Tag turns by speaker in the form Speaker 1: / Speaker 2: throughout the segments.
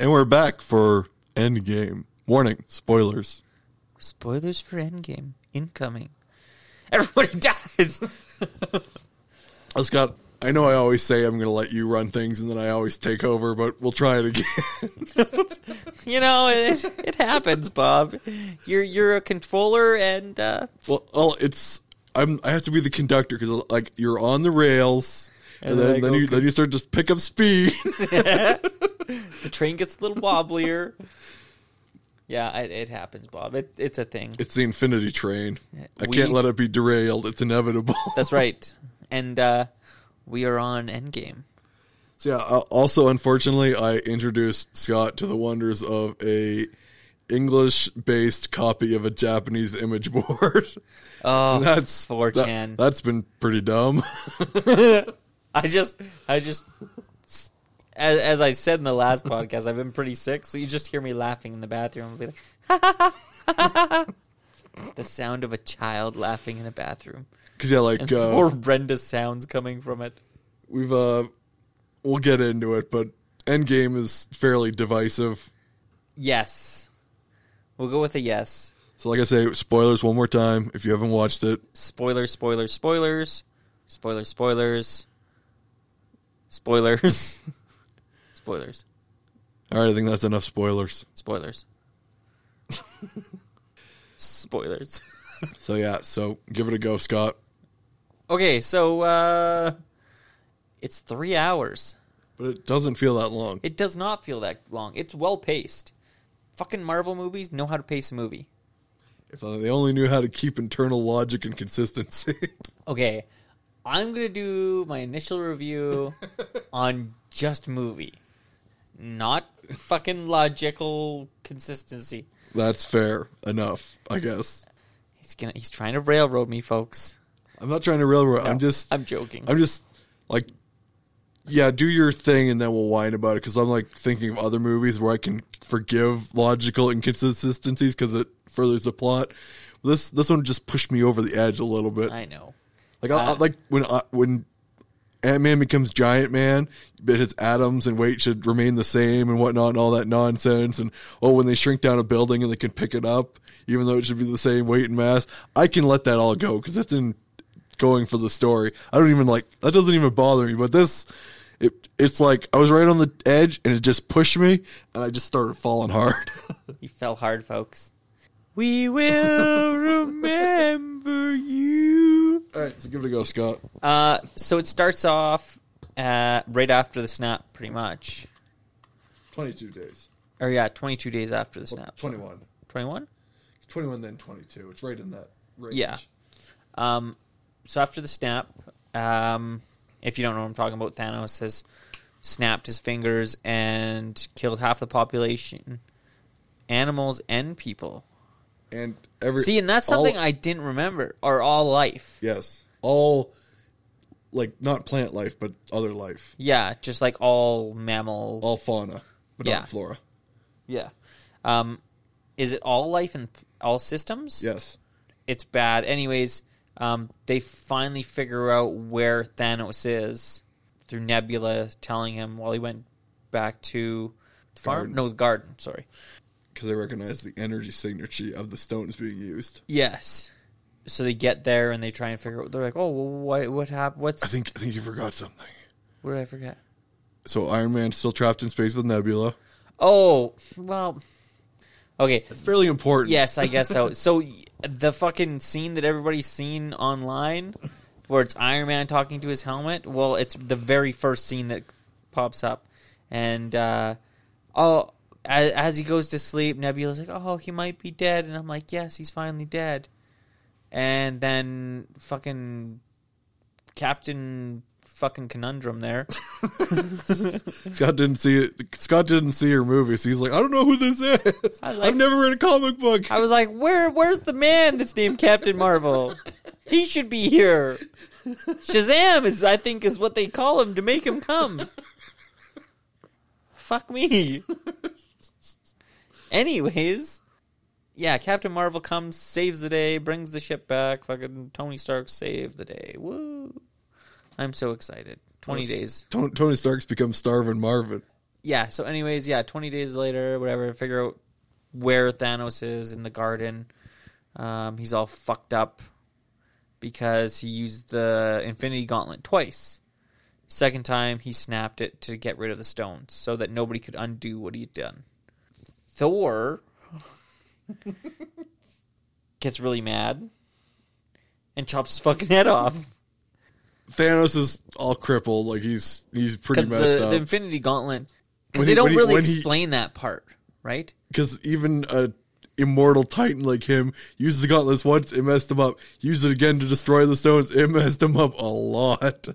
Speaker 1: we're back for Endgame. Warning, spoilers.
Speaker 2: Spoilers for Endgame incoming. Everybody dies.
Speaker 1: Uh, Scott, I know I always say I'm going to let you run things and then I always take over, but we'll try it again.
Speaker 2: you know, it, it happens, Bob. You're you're a controller, and uh,
Speaker 1: well, I'll, it's I'm I have to be the conductor because like you're on the rails. And,
Speaker 2: And
Speaker 1: then,
Speaker 2: then I
Speaker 1: then,
Speaker 2: go-
Speaker 1: you, then you start to pick up speed.
Speaker 2: the train gets a little wobblier. Yeah, it, it happens, Bob. It, it's a thing.
Speaker 1: it's the infinity train. I
Speaker 2: We-
Speaker 1: can't let it be derailed. It's inevitable.
Speaker 2: That's right. And uh, we are on Endgame.
Speaker 1: So yeah. uh, Also, unfortunately, I introduced Scott to the wonders of a English-based copy of a Japanese image board.
Speaker 2: Oh,
Speaker 1: that's
Speaker 2: 4chan.
Speaker 1: That, has been pretty dumb.
Speaker 2: I just, I just, as, as I said in the last podcast, I've been pretty sick, so you just hear me laughing in the bathroom. And be like, the sound of a child laughing in a bathroom,
Speaker 1: Because yeah, like
Speaker 2: and
Speaker 1: uh,
Speaker 2: horrendous sounds coming from it.
Speaker 1: we've uh, we'll get into it, but Endgame is fairly divisive.
Speaker 2: Yes, we'll go with a yes.
Speaker 1: So, like I say, spoilers one more time if you haven't watched it.
Speaker 2: Spoilers, spoilers, spoilers, spoilers, spoilers, spoilers, spoilers,
Speaker 1: All right, I think that's enough spoilers.
Speaker 2: spoilers, spoilers.
Speaker 1: So yeah, so give it a go, Scott.
Speaker 2: Okay, so uh it's three hours.
Speaker 1: But it doesn't feel that long.
Speaker 2: It does not feel that long. It's well paced. Fucking Marvel movies know how to pace a movie.
Speaker 1: If uh, they only knew how to keep internal logic and consistency.
Speaker 2: Okay, I'm gonna do my initial review on just movie, not fucking logical consistency.
Speaker 1: That's fair enough, I guess.
Speaker 2: He's gonna he's trying to railroad me, folks.
Speaker 1: I'm not trying to railroad. I'm just,
Speaker 2: I'm joking.
Speaker 1: I'm just like, yeah, do your thing, and then we'll whine about it. Because I'm like thinking of other movies where I can forgive logical inconsistencies because it furthers the plot. This this one just pushed me over the edge a little bit.
Speaker 2: I know.
Speaker 1: Like I, I,
Speaker 2: Uh,
Speaker 1: like when I, when Ant Man becomes Giant Man, but his atoms and weight should remain the same and whatnot and all that nonsense. And oh, when they shrink down a building and they can pick it up, even though it should be the same weight and mass, I can let that all go because that's in going for the story. I don't even like that doesn't even bother me. But this, it it's like I was right on the edge and it just pushed me and I just started falling hard.
Speaker 2: He fell hard, folks. We will remember you.
Speaker 1: all right, so give it a go, Scott.
Speaker 2: Uh, so it starts off uh, right after the snap, pretty much.
Speaker 1: Twenty two days,
Speaker 2: Or yeah, 22 days after the snap.
Speaker 1: twenty one.
Speaker 2: 21?
Speaker 1: 21 then 22 it's right in that range
Speaker 2: Yeah. Um, so after the snap, um, if you don't know what I'm talking about, Thanos has snapped his fingers and killed half the population, animals and people.
Speaker 1: and every
Speaker 2: See, and that's
Speaker 1: all-
Speaker 2: something I didn't remember. Are all life?
Speaker 1: yes all like not plant life but other life
Speaker 2: Yeah, just like all mammal.
Speaker 1: all fauna but
Speaker 2: Yeah.
Speaker 1: not flora
Speaker 2: Yeah. Um, is it all life and all systems?
Speaker 1: yes
Speaker 2: It's bad. Anyways, um, they finally figure out where Thanos is through Nebula telling him while he went back to farm.
Speaker 1: Garden.
Speaker 2: No, the garden. Sorry.
Speaker 1: because they recognize the energy signature of the stones being used
Speaker 2: Yes. So they get there and they try and figure out. They're like, "Oh, well, what what happened? What's
Speaker 1: i think i think you forgot something
Speaker 2: what did I forget?
Speaker 1: so iron man's still trapped in space with nebula
Speaker 2: Oh, well, okay.
Speaker 1: it's fairly important
Speaker 2: Yes, I guess so. So y- the fucking scene that everybody's seen online, where it's Iron Man talking to his helmet. Well, it's the very first scene that pops up, and uh, oh, as, as he goes to sleep, Nebula's like, "Oh, he might be dead," and I'm like, "Yes, he's finally dead." And then fucking Captain fucking conundrum there.
Speaker 1: scott didn't see it scott didn't see her movie so he's like i don't know who this is
Speaker 2: I like-
Speaker 1: i've never read a comic book
Speaker 2: I was like, "Where? Where's the man that's named Captain Marvel? He should be here." Shazam is, I think, is what they call him to make him come. Fuck me. Anyways, yeah, Captain Marvel comes, saves the day, brings the ship back. Fucking Tony Stark saved the day. Woo! I'm so excited. Twenty days.
Speaker 1: Ton- tony stark's become starvin marvin
Speaker 2: yeah. So, anyways, yeah, twenty days later, whatever. Figure out where Thanos is in the garden. Um, he's all fucked up because he used the Infinity Gauntlet twice. Second time, he snapped it to get rid of the stones so that nobody could undo what he'd done. Thor gets really mad and chops his fucking head off
Speaker 1: Thanos is all crippled. Like he's he's pretty
Speaker 2: because
Speaker 1: messed
Speaker 2: the,
Speaker 1: up.
Speaker 2: the Infinity Gauntlet. Because
Speaker 1: When
Speaker 2: they
Speaker 1: he-
Speaker 2: don't
Speaker 1: when he-
Speaker 2: really
Speaker 1: when he-
Speaker 2: explain that part, right?
Speaker 1: because even a immortal titan like him used the gauntlets once, it messed him up. Used it again to destroy the stones, it messed him up a lot.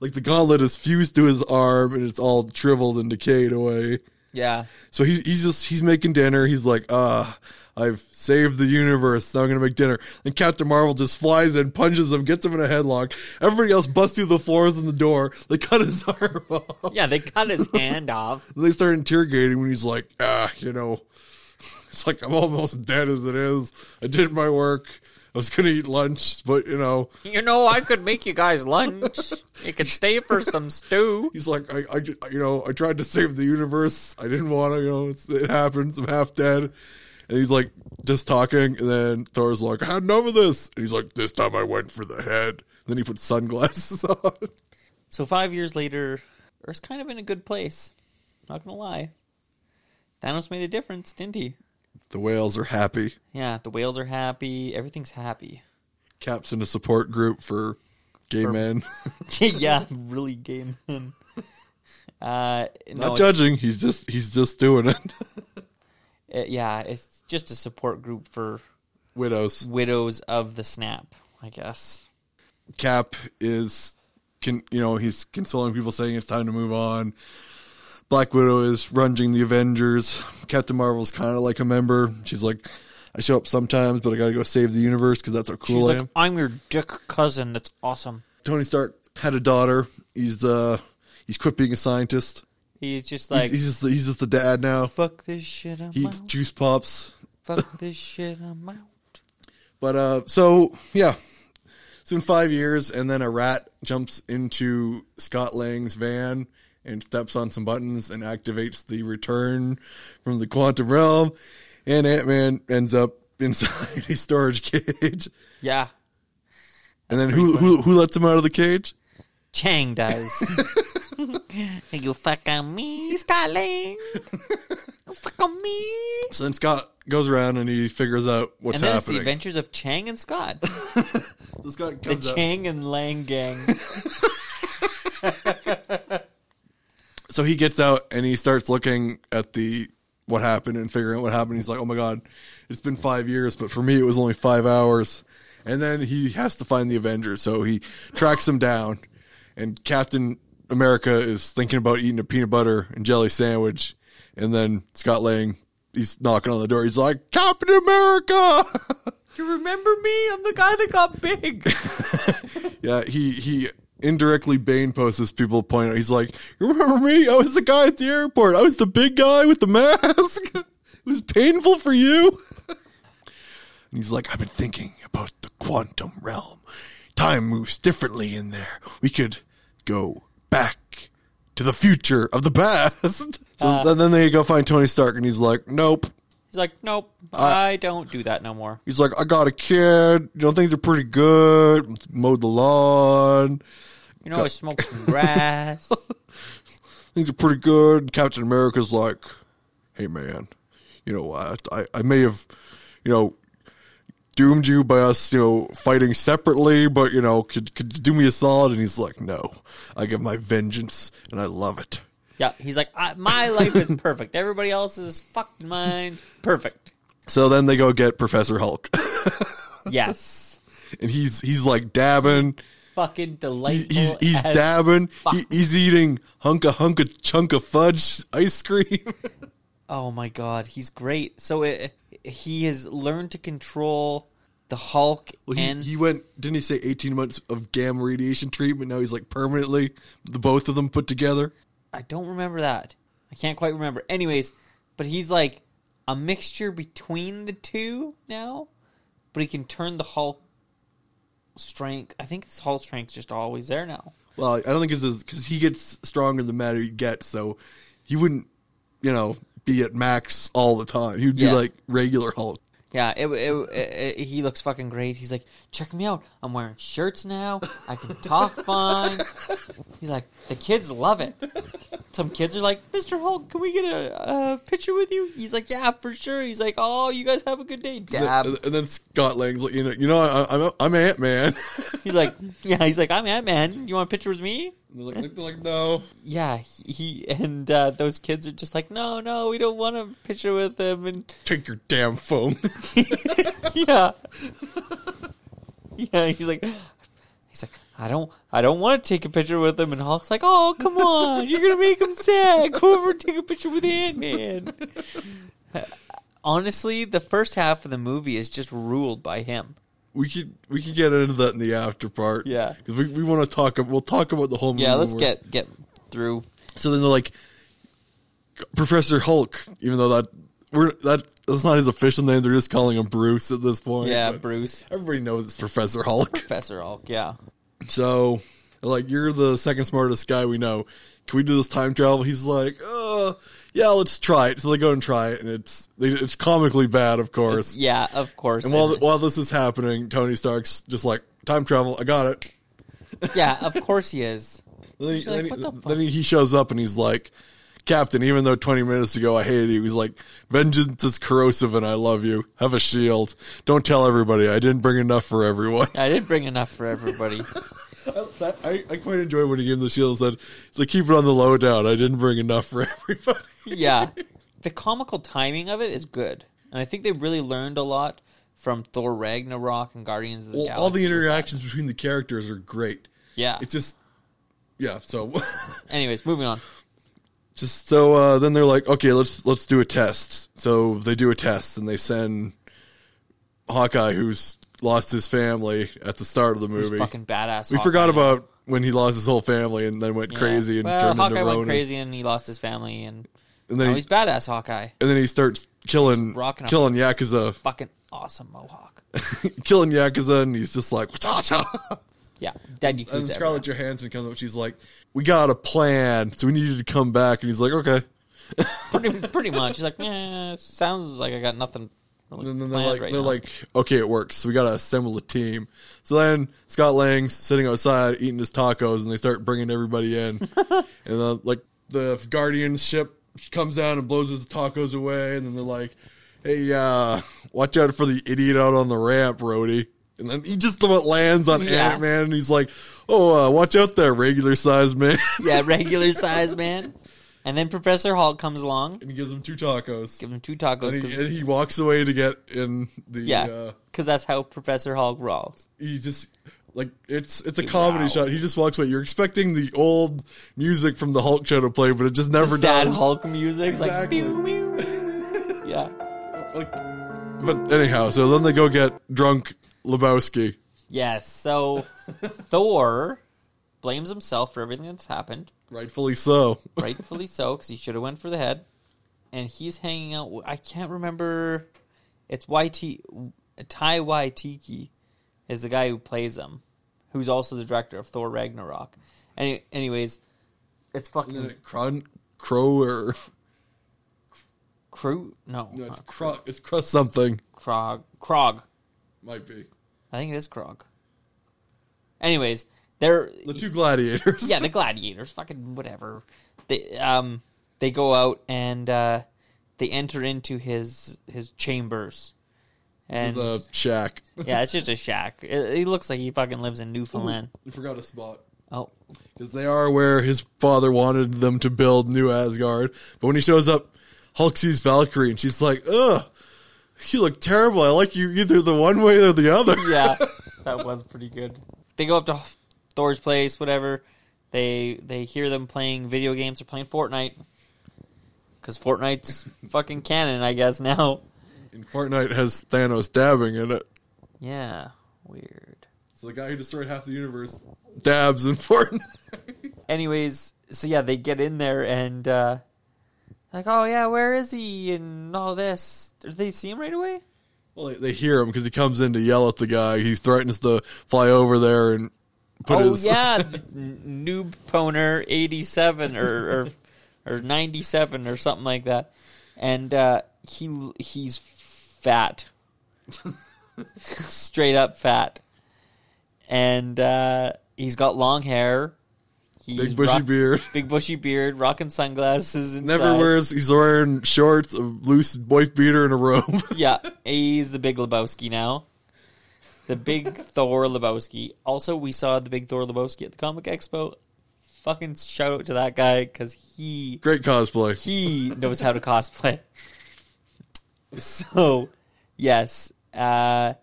Speaker 1: Like the gauntlet is fused to his arm and it's all shriveled and decayed away.
Speaker 2: Yeah.
Speaker 1: So he's he's just he's making dinner. He's like, ah, I've saved the universe. Now I'm gonna make dinner. And Captain Marvel just flies in, punches him, gets him in a headlock. Everybody else busts through the floors and the door. They cut his arm off.
Speaker 2: Yeah, they cut his hand off.
Speaker 1: And they start interrogating when he's like, ah, you know, it's like I'm almost dead as it is. I did my work. I was gonna eat lunch, but you know,
Speaker 2: You know, I could make you guys lunch. You could stay for some stew.
Speaker 1: he's like, I, I, ju- you know, I tried to save the universe. I didn't want to. You know, it's, it happens. I'm half dead. And he's like, just talking. And then Thor's like, I had enough of this. And he's like, this time I went for the head. And then he put sunglasses on.
Speaker 2: So five years later, Earth's kind of in a good place. Not gonna lie. Thanos made a difference, didn't he?
Speaker 1: The whales are happy.
Speaker 2: Yeah, the whales are happy. Everything's happy.
Speaker 1: Caps in a support group for gay
Speaker 2: For-
Speaker 1: men.
Speaker 2: yeah, really gay man. Uh, no,
Speaker 1: Not judging. He's just he's just doing it.
Speaker 2: it- yeah, it's just a support group for
Speaker 1: Widows.
Speaker 2: widows of the snap, I guess.
Speaker 1: Cap is, can you know, he's consoling people, saying it's time to move on. Black Widow is runging the Avengers. Captain Marvel's kind of like a member. She's like, I show up sometimes, but I gotta go save the universe because that's how cool
Speaker 2: She's
Speaker 1: I
Speaker 2: like,
Speaker 1: am.
Speaker 2: I'm your dick cousin. That's awesome.
Speaker 1: Tony Stark had a daughter. He's uh, he's quit being a scientist.
Speaker 2: He's just
Speaker 1: He's-
Speaker 2: like,
Speaker 1: he's, just the, he's just the dad now.
Speaker 2: fuck this shit. I'm
Speaker 1: He eats
Speaker 2: out.
Speaker 1: juice pops.
Speaker 2: fuck this shit. I'm out.
Speaker 1: But uh, so yeah, it's been five years, and then a rat jumps into Scott Lang's van and steps on some buttons and activates the return from the quantum realm, and Ant Man ends up inside a storage cage.
Speaker 2: Yeah,
Speaker 1: And then who, who who lets him out of the cage?
Speaker 2: Chang does. you fuck on me, Starling. You fuck on me.
Speaker 1: So then Scott goes around and he figures out what's
Speaker 2: and then it's the
Speaker 1: happening.
Speaker 2: adventures of Chang and Scott.
Speaker 1: So Scott
Speaker 2: The
Speaker 1: comes out.
Speaker 2: Chang and Lang gang.
Speaker 1: so he gets out and he starts looking at the what happened and figuring out what happened. He's like, "Oh my god, it's been five years, but for me it was only five hours." And then he has to find the Avengers, so he tracks them down. And Captain America is thinking about eating a peanut butter and jelly sandwich, and then Scott Lang he's knocking on the door. He's like, "Captain America!"
Speaker 2: You remember me? I'm the guy that got big.
Speaker 1: Yeah, he he indirectly Bane posts this people point out. He's like, "You remember me? I was the guy at the airport. I was the big guy with the mask. it was painful for you." and he's like, "I've been thinking about the quantum realm. Time moves differently in there. We could go back to the future of the past." So then- then they go find Tony Stark, and he's like, "Nope."
Speaker 2: He's like, nope,
Speaker 1: Uh,
Speaker 2: I don't do that no more.
Speaker 1: He's like, I got a kid. You know, things are pretty good. Mowed the lawn.
Speaker 2: You know, I smoke some grass.
Speaker 1: things are pretty good. Captain America's like, hey man, you know, I, I, I may have, you know, doomed you by us, you know, fighting separately, but you know, could could you do me a solid? And he's like, no, I give my vengeance, and I love it.
Speaker 2: yeah, he's like, I, my life is perfect. Everybody else's fucking mine's perfect.
Speaker 1: So then they go get Professor Hulk,
Speaker 2: Yes.
Speaker 1: and he's he's like dabbing,
Speaker 2: fucking
Speaker 1: he's
Speaker 2: delightful.
Speaker 1: he's, he's
Speaker 2: as-
Speaker 1: dabbing, he,
Speaker 2: fuck.
Speaker 1: he's eating hunka hunka chunk of fudge ice cream.
Speaker 2: Oh my god, he's great. So it, he has learned to control the Hulk
Speaker 1: Well, he,
Speaker 2: and
Speaker 1: he went, didn't he say 18 months of gamma radiation treatment? Now he's like permanently, the both of them put together.
Speaker 2: I don't remember that. I can't quite remember. Anyways, but he's like a mixture between the two now, but he can turn the Hulk strength. I think his Hulk strength's just always there now.
Speaker 1: Well, I don't think it's because he gets stronger the better he gets, so he wouldn't, you know, be at max all the time. He would be
Speaker 2: Yeah.
Speaker 1: like regular Hulk.
Speaker 2: Yeah, it, it, it, it- he looks fucking great. He's like, check me out. I'm wearing shirts now. I can talk fine. He's like, the kids love it. Some kids are like, Mr. Hulk, can we get a, a picture with you? He's like, yeah, for sure. He's like, oh, you guys have a good day,
Speaker 1: And,
Speaker 2: Dab.
Speaker 1: and then Scott Lang's like, you know, you know, I, I'm I'm Ant Man.
Speaker 2: He's like, yeah. He's like, I'm Ant Man. You want a picture with me?
Speaker 1: they're, like, they're like, no.
Speaker 2: Yeah. He and uh, those kids are just like, no, no, we don't want a picture with him. And
Speaker 1: Take your damn phone.
Speaker 2: yeah. Yeah, he's like he's like, I don't I don't want to take a picture with him and Hulk's like, Oh come on, you're gonna make him sad. Go over and take a picture with Ant Man. Honestly, the first half of the movie is just ruled by him.
Speaker 1: we could we could get into that in the after part.
Speaker 2: Yeah.
Speaker 1: because we, we want to talk. We'll talk about the whole. movie
Speaker 2: Yeah, let's
Speaker 1: when we're-
Speaker 2: get get through.
Speaker 1: So then they're like, Professor Hulk, even though that we're that that's not his official name. They're just calling him Bruce at this point.
Speaker 2: Yeah,
Speaker 1: but
Speaker 2: Bruce.
Speaker 1: Everybody knows it's Professor Hulk.
Speaker 2: Professor Hulk, yeah.
Speaker 1: So, like, you're the second smartest guy we know. Can we do this time travel? He's like, uh, yeah, let's try it. So they go and try it, and it's they, it's comically bad, of course.
Speaker 2: Yeah, of course.
Speaker 1: and while while this is happening, Tony Stark's just like, time travel, I got it.
Speaker 2: yeah, of course he is.
Speaker 1: And then, he,
Speaker 2: You're like,
Speaker 1: then, he-
Speaker 2: "What the
Speaker 1: then he shows up and he's like, Captain, even though 20 minutes ago I hated you, he's like, vengeance is corrosive and I love you. Have a shield. Don't tell everybody. I didn't bring enough for everyone.
Speaker 2: I did bring enough for everybody.
Speaker 1: I, that, I, I quite enjoy when he gave him the shield and said, he's like, keep it on the low down. I didn't bring enough for everybody.
Speaker 2: yeah. The comical timing of it is good. And I think they really learned a lot from Thor Ragnarok and Guardians of the
Speaker 1: Well,
Speaker 2: Galaxy.
Speaker 1: all the interactions between the characters are great.
Speaker 2: yeah.
Speaker 1: It's just, yeah, so.
Speaker 2: Anyways, moving on.
Speaker 1: just so uh, then they're like, okay, let's let's do a test. So they do a test and they send Hawkeye, who's lost his family at the start of the
Speaker 2: It's
Speaker 1: movie.
Speaker 2: fucking badass.
Speaker 1: we
Speaker 2: Hawkeye.
Speaker 1: forgot about when he lost his whole family and then went
Speaker 2: Yeah.
Speaker 1: crazy and
Speaker 2: well,
Speaker 1: turned
Speaker 2: Hawkeye
Speaker 1: into Ronin.
Speaker 2: went crazy and he lost his family and
Speaker 1: And
Speaker 2: now
Speaker 1: then he,
Speaker 2: he's badass Hawkeye.
Speaker 1: and then he starts killing
Speaker 2: rocking a-
Speaker 1: killing yakuza,
Speaker 2: Fucking awesome mohawk.
Speaker 1: killing yakuza, and he's just like, "Wata-ta."
Speaker 2: Yeah. Dead
Speaker 1: and
Speaker 2: Yakuza.
Speaker 1: Scarlett Johansson comes up. She's like, we got a plan, so we need you to come back. And he's like, okay.
Speaker 2: pretty, pretty much. He's like, yeah, sounds like I got nothing. Really
Speaker 1: And then they're
Speaker 2: planned
Speaker 1: like,
Speaker 2: right
Speaker 1: they're
Speaker 2: now."
Speaker 1: like, okay, it works. So we got to assemble a team. So then Scott Lang's sitting outside eating his tacos, and they start bringing everybody in. and then like the Guardian ship comes down and blows his tacos away. And then they're like, hey, uh, watch out for the idiot out on the ramp, Rhodey. And then he just about lands on
Speaker 2: Yeah.
Speaker 1: Ant Man, and he's like, "Oh, uh, watch out there, regular sized man!"
Speaker 2: yeah, regular size man. And then Professor Hulk comes along,
Speaker 1: and he gives him two tacos.
Speaker 2: give him two tacos.
Speaker 1: and,
Speaker 2: 'cause-
Speaker 1: he, and he walks away to get in the
Speaker 2: Yeah,
Speaker 1: uh,
Speaker 2: because that's how Professor Hulk rolls.
Speaker 1: he just like it's it's a comedy
Speaker 2: Wow.
Speaker 1: shot. He just walks away. You're expecting the old music from the Hulk show to play, but it just never
Speaker 2: Sad
Speaker 1: does.
Speaker 2: Hulk music, it's like
Speaker 1: Exactly.
Speaker 2: pew, pew, pew. yeah,
Speaker 1: Like, but anyhow, so then they go get drunk Lebowski.
Speaker 2: yes. So Thor blames himself for everything that's happened,
Speaker 1: Rightfully so.
Speaker 2: rightfully so, because he should have went for the head. And he's hanging out. w- I can't remember. It's YT Ty Waititi is the guy who plays him, who's also the director of Thor Ragnarok. Any, anyways, it's fucking
Speaker 1: Cron Crower.
Speaker 2: crew. No,
Speaker 1: No, it's
Speaker 2: not
Speaker 1: cro it's cro something.
Speaker 2: Krog. Krog.
Speaker 1: Might be.
Speaker 2: I think it is Krog. Anyways, they're
Speaker 1: The two gladiators.
Speaker 2: yeah the gladiators, fucking whatever. They um they go out and uh, they enter into his his chambers, and
Speaker 1: The shack.
Speaker 2: yeah, it's just a shack. It, it looks like he fucking lives in Newfoundland.
Speaker 1: We forgot a spot.
Speaker 2: Oh,
Speaker 1: Because they are where his father wanted them to build New Asgard. But when he shows up, Hulk sees Valkyrie and she's like, ugh, you look terrible. I like you either the one way or the other.
Speaker 2: yeah, that was pretty good. They go up to Thor's place, whatever. They they hear them playing video games. They're playing Fortnite because Fortnite's fucking canon, I guess now.
Speaker 1: And Fortnite has Thanos dabbing in it.
Speaker 2: Yeah, weird.
Speaker 1: So the guy who destroyed half the universe dabs in Fortnite.
Speaker 2: Anyways, so yeah, they get in there and uh like, oh yeah, where is he and all this. Did they see him right away?
Speaker 1: well, they, they hear him because he comes in to yell at the guy. He threatens to fly over there and put
Speaker 2: oh
Speaker 1: his
Speaker 2: yeah, n- noob poner eighty seven or or, or ninety seven or something like that, and uh, he he's fat, straight up fat, and uh, he's got long hair, he's
Speaker 1: big bushy
Speaker 2: rock-
Speaker 1: beard.
Speaker 2: big bushy beard, rocking sunglasses, inside.
Speaker 1: Never wears. He's wearing shorts, a loose wife beater, and a robe.
Speaker 2: Yeah, he's the big Lebowski now. The big Thor Lebowski. Also, we saw the big Thor Lebowski at the Comic Expo. Fucking shout out to that guy because he
Speaker 1: Great cosplay.
Speaker 2: he knows how to cosplay. So, yes, uh,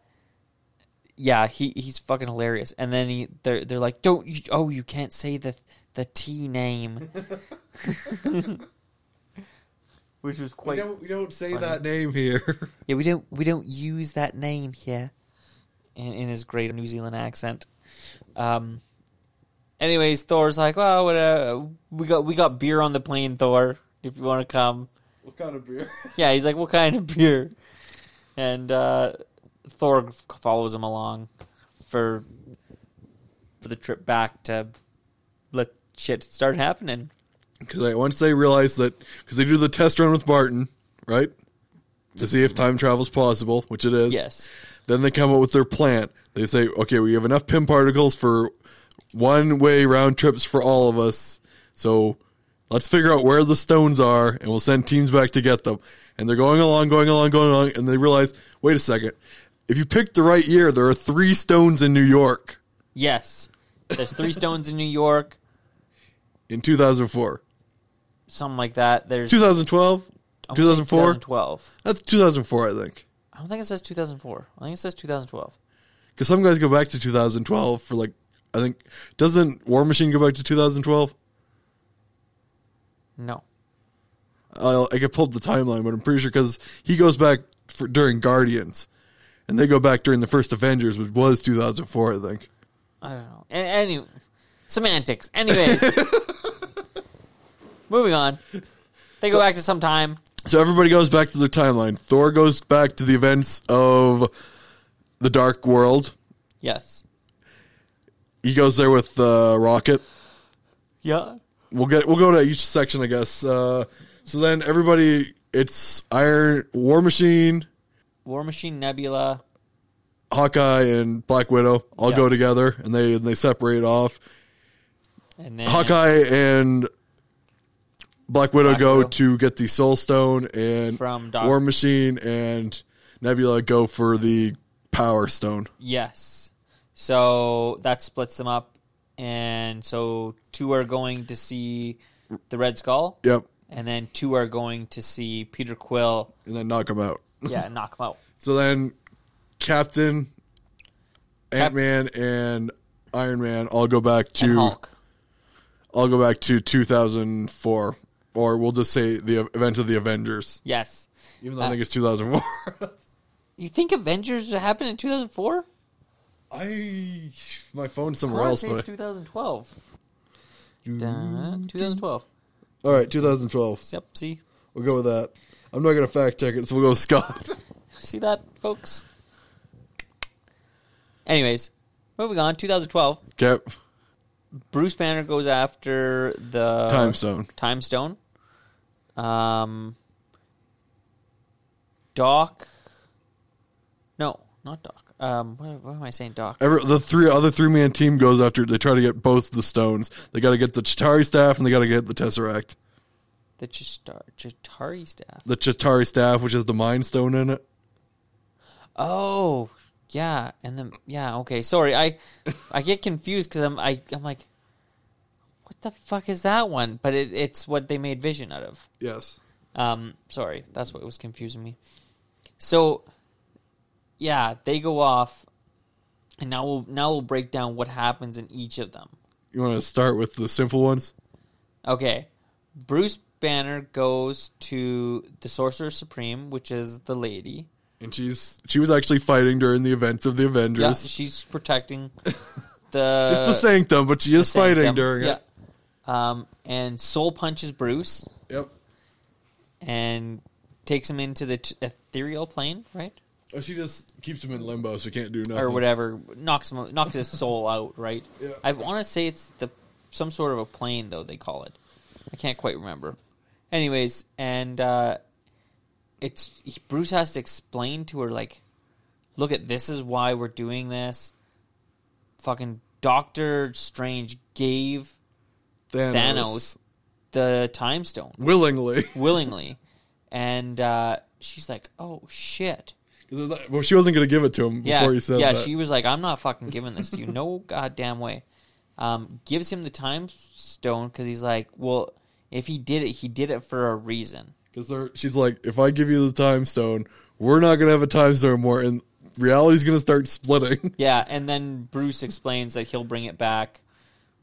Speaker 2: yeah, he he's fucking hilarious. And then he they're they're like, don't you? Oh, you can't say the the T name, which was
Speaker 1: we
Speaker 2: quite
Speaker 1: don't we don't say that name here.
Speaker 2: yeah, we don't we don't use that name here. In, in his great New Zealand accent. Um. Anyways, Thor's like, well, what, uh, we got we got beer on the plane, Thor. If you want to come,
Speaker 1: What kind of beer?
Speaker 2: yeah. He's like, what kind of beer? And uh, Thor follows him along for for the trip back to let shit start happening.
Speaker 1: Because once they realize that, because they do the test run with Barton, right, to see if time travel is possible, which it is.
Speaker 2: Yes.
Speaker 1: Then they come up with their plan. They say, okay, we have enough pin particles for one way round trips for all of us. So let's figure out where the stones are and we'll send teams back to get them. And they're going along, going along, going along. And they realize, wait a second. If you picked the right year, there are three stones in New York
Speaker 2: Yes. There's three stones in New York,
Speaker 1: in 2004.
Speaker 2: something like that. There's
Speaker 1: 2012?
Speaker 2: I wanna say
Speaker 1: 2004?
Speaker 2: 2012.
Speaker 1: That's 2004, I think.
Speaker 2: I don't think it says 2004. I think it says 2012.
Speaker 1: Because some guys go back to 2012 for like, I think, doesn't War Machine go back to 2012?
Speaker 2: No.
Speaker 1: I'll, I could pull up the timeline, but I'm pretty sure because he goes back for, during Guardians, and they go back during the first Avengers, which was 2004, I think.
Speaker 2: I don't know. A- any semantics. Anyways. Moving on. They go back to some time.
Speaker 1: So everybody goes back to their timeline. Thor goes back to the events of the Dark World.
Speaker 2: Yes.
Speaker 1: He goes there with uh, Rocket.
Speaker 2: Yeah.
Speaker 1: We'll get we'll go to each section, I guess. Uh, so then everybody, it's Iron War Machine,
Speaker 2: War Machine Nebula.
Speaker 1: Hawkeye, and Black Widow all go
Speaker 2: Yeah.
Speaker 1: together, and they and they separate off.
Speaker 2: And then
Speaker 1: Hawkeye and Black Widow
Speaker 2: Black
Speaker 1: go
Speaker 2: Widow.
Speaker 1: to get the Soul Stone, and
Speaker 2: From Doc-
Speaker 1: War Machine and Nebula go for the Power Stone.
Speaker 2: Yes. So that splits them up. And so two are going to see the Red Skull.
Speaker 1: Yep,
Speaker 2: And then two are going to see Peter Quill.
Speaker 1: and then knock them out.
Speaker 2: Yeah, and knock him out.
Speaker 1: So then Captain, Ant Man, and Iron Man all go back
Speaker 2: And
Speaker 1: to
Speaker 2: Hulk.
Speaker 1: all go back to 2004, or we'll just say the event of the Avengers,
Speaker 2: Yes.
Speaker 1: even
Speaker 2: Uh,
Speaker 1: though I think it's 2004.
Speaker 2: You think Avengers happened in 2004?
Speaker 1: I my phone's
Speaker 2: I
Speaker 1: somewhere
Speaker 2: want to
Speaker 1: else,
Speaker 2: say
Speaker 1: but
Speaker 2: it's 2012. Dun, 2012.
Speaker 1: all right, 2012.
Speaker 2: Yep, see?
Speaker 1: We'll go with that. I'm not gonna fact check it, so we'll go with Scott.
Speaker 2: See that, folks? Anyways, moving on. 2012.
Speaker 1: Cap
Speaker 2: Bruce Banner goes after the
Speaker 1: time stone.
Speaker 2: Time Stone. Um, Doc. No, not Doc. Um, what, what am I saying, Doc?
Speaker 1: Every, the three other three man team goes after. They try to get both the stones. They got to get the Chitari staff and they got to get the Tesseract.
Speaker 2: The Chishtar, Chitari staff.
Speaker 1: The Chitari staff, which has the Mind Stone in it.
Speaker 2: Oh, yeah, and then yeah, okay. Sorry, I I get confused because I'm I I'm like, what the fuck is that one? But it, it's what they made Vision out of.
Speaker 1: Yes.
Speaker 2: Um, sorry, that's what was confusing me. So, yeah, they go off, and now we'll now we'll break down what happens in each of them.
Speaker 1: You want to start with the simple ones?
Speaker 2: Okay, Bruce Banner goes to the Sorcerer Supreme, which is the lady.
Speaker 1: And she's she was actually fighting during the events of the
Speaker 2: Yeah,
Speaker 1: Avengers.
Speaker 2: she's protecting the
Speaker 1: Just the Sanctum, but she is fighting
Speaker 2: Sanctum.
Speaker 1: during it.
Speaker 2: Yeah. Um, and Soul punches Bruce
Speaker 1: Yep.
Speaker 2: and takes him into the t- ethereal plane, right?
Speaker 1: Oh, she just keeps him in limbo, so he can't do nothing.
Speaker 2: or whatever knocks him, knocks his soul out, right?
Speaker 1: Uh-huh. Yeah.
Speaker 2: I want to say it's the some sort of a plane though they call it. I can't quite remember. Anyways, and uh, it's he- Bruce has to explain to her like, look at this is why we're doing this. Fucking Doctor Strange gave
Speaker 1: Thanos,
Speaker 2: Thanos the time stone
Speaker 1: willingly.
Speaker 2: willingly, and uh, she's like, oh shit.
Speaker 1: 'Cause I thought- well, she wasn't going to give it to him
Speaker 2: yeah,
Speaker 1: before he said
Speaker 2: yeah,
Speaker 1: that.
Speaker 2: she was like, "I'm not fucking giving this to you, no goddamn way." Um, gives him the time stone because he's like, "Well, if he did it, he did it for a reason."
Speaker 1: Because she's like, if I give you the time stone, we're not going to have a time stone more, and reality's going to start splitting.
Speaker 2: Yeah, and then Bruce explains that he'll bring it back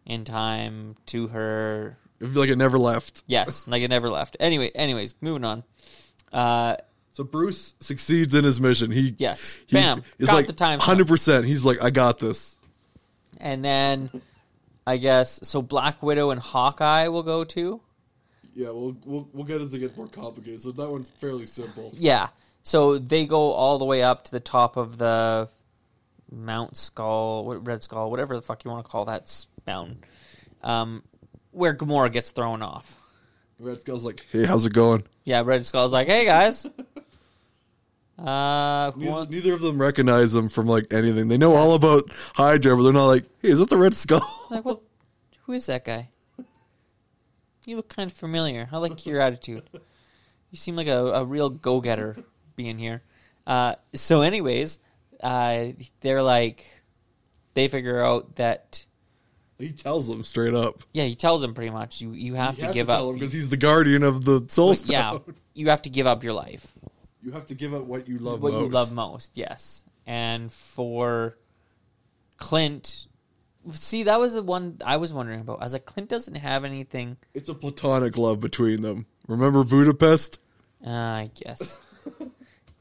Speaker 2: in time to her.
Speaker 1: It'd be like it never left.
Speaker 2: Yes, like it never left. Anyway, anyways, moving on. Uh,
Speaker 1: So Bruce succeeds in his mission. He
Speaker 2: Yes.
Speaker 1: he
Speaker 2: Bam.
Speaker 1: is
Speaker 2: Got
Speaker 1: like
Speaker 2: the time stone.
Speaker 1: hundred percent. He's like, I got this.
Speaker 2: and then I guess so. Black Widow and Hawkeye will go to.
Speaker 1: Yeah, we'll we'll, we'll get as it gets more complicated. So that one's fairly simple.
Speaker 2: Yeah. So they go all the way up to the top of the Mount Skull, what- Red Skull, whatever the fuck you want to call that s- mountain, um, where Gamora gets thrown off.
Speaker 1: Red Skull's like, Hey, how's it going?
Speaker 2: Yeah, Red Skull's like, "Hey guys, uh, who
Speaker 1: Neither,
Speaker 2: wants-
Speaker 1: neither of them recognize him from like anything. They know all about Hydra, but they're not like, Hey, is that the Red Skull?
Speaker 2: like, what? Who is that guy? You look kind of familiar. I like your attitude. You seem like a, a real go getter being here. Uh, so, anyways, uh, they're like, they figure out that
Speaker 1: he tells them straight up.
Speaker 2: Yeah, he tells him pretty much you you have
Speaker 1: He
Speaker 2: to
Speaker 1: has
Speaker 2: give
Speaker 1: tell
Speaker 2: up.
Speaker 1: him because he's the guardian of the Soul Stone.
Speaker 2: yeah, you have to give up your life,
Speaker 1: You have to give up what you love
Speaker 2: what
Speaker 1: most.
Speaker 2: you love most. Yes, and for Clint, see that was the one I was wondering about. I was like, Clint doesn't have anything.
Speaker 1: It's a platonic love between them. Remember Budapest?
Speaker 2: Uh, I guess.
Speaker 1: We're a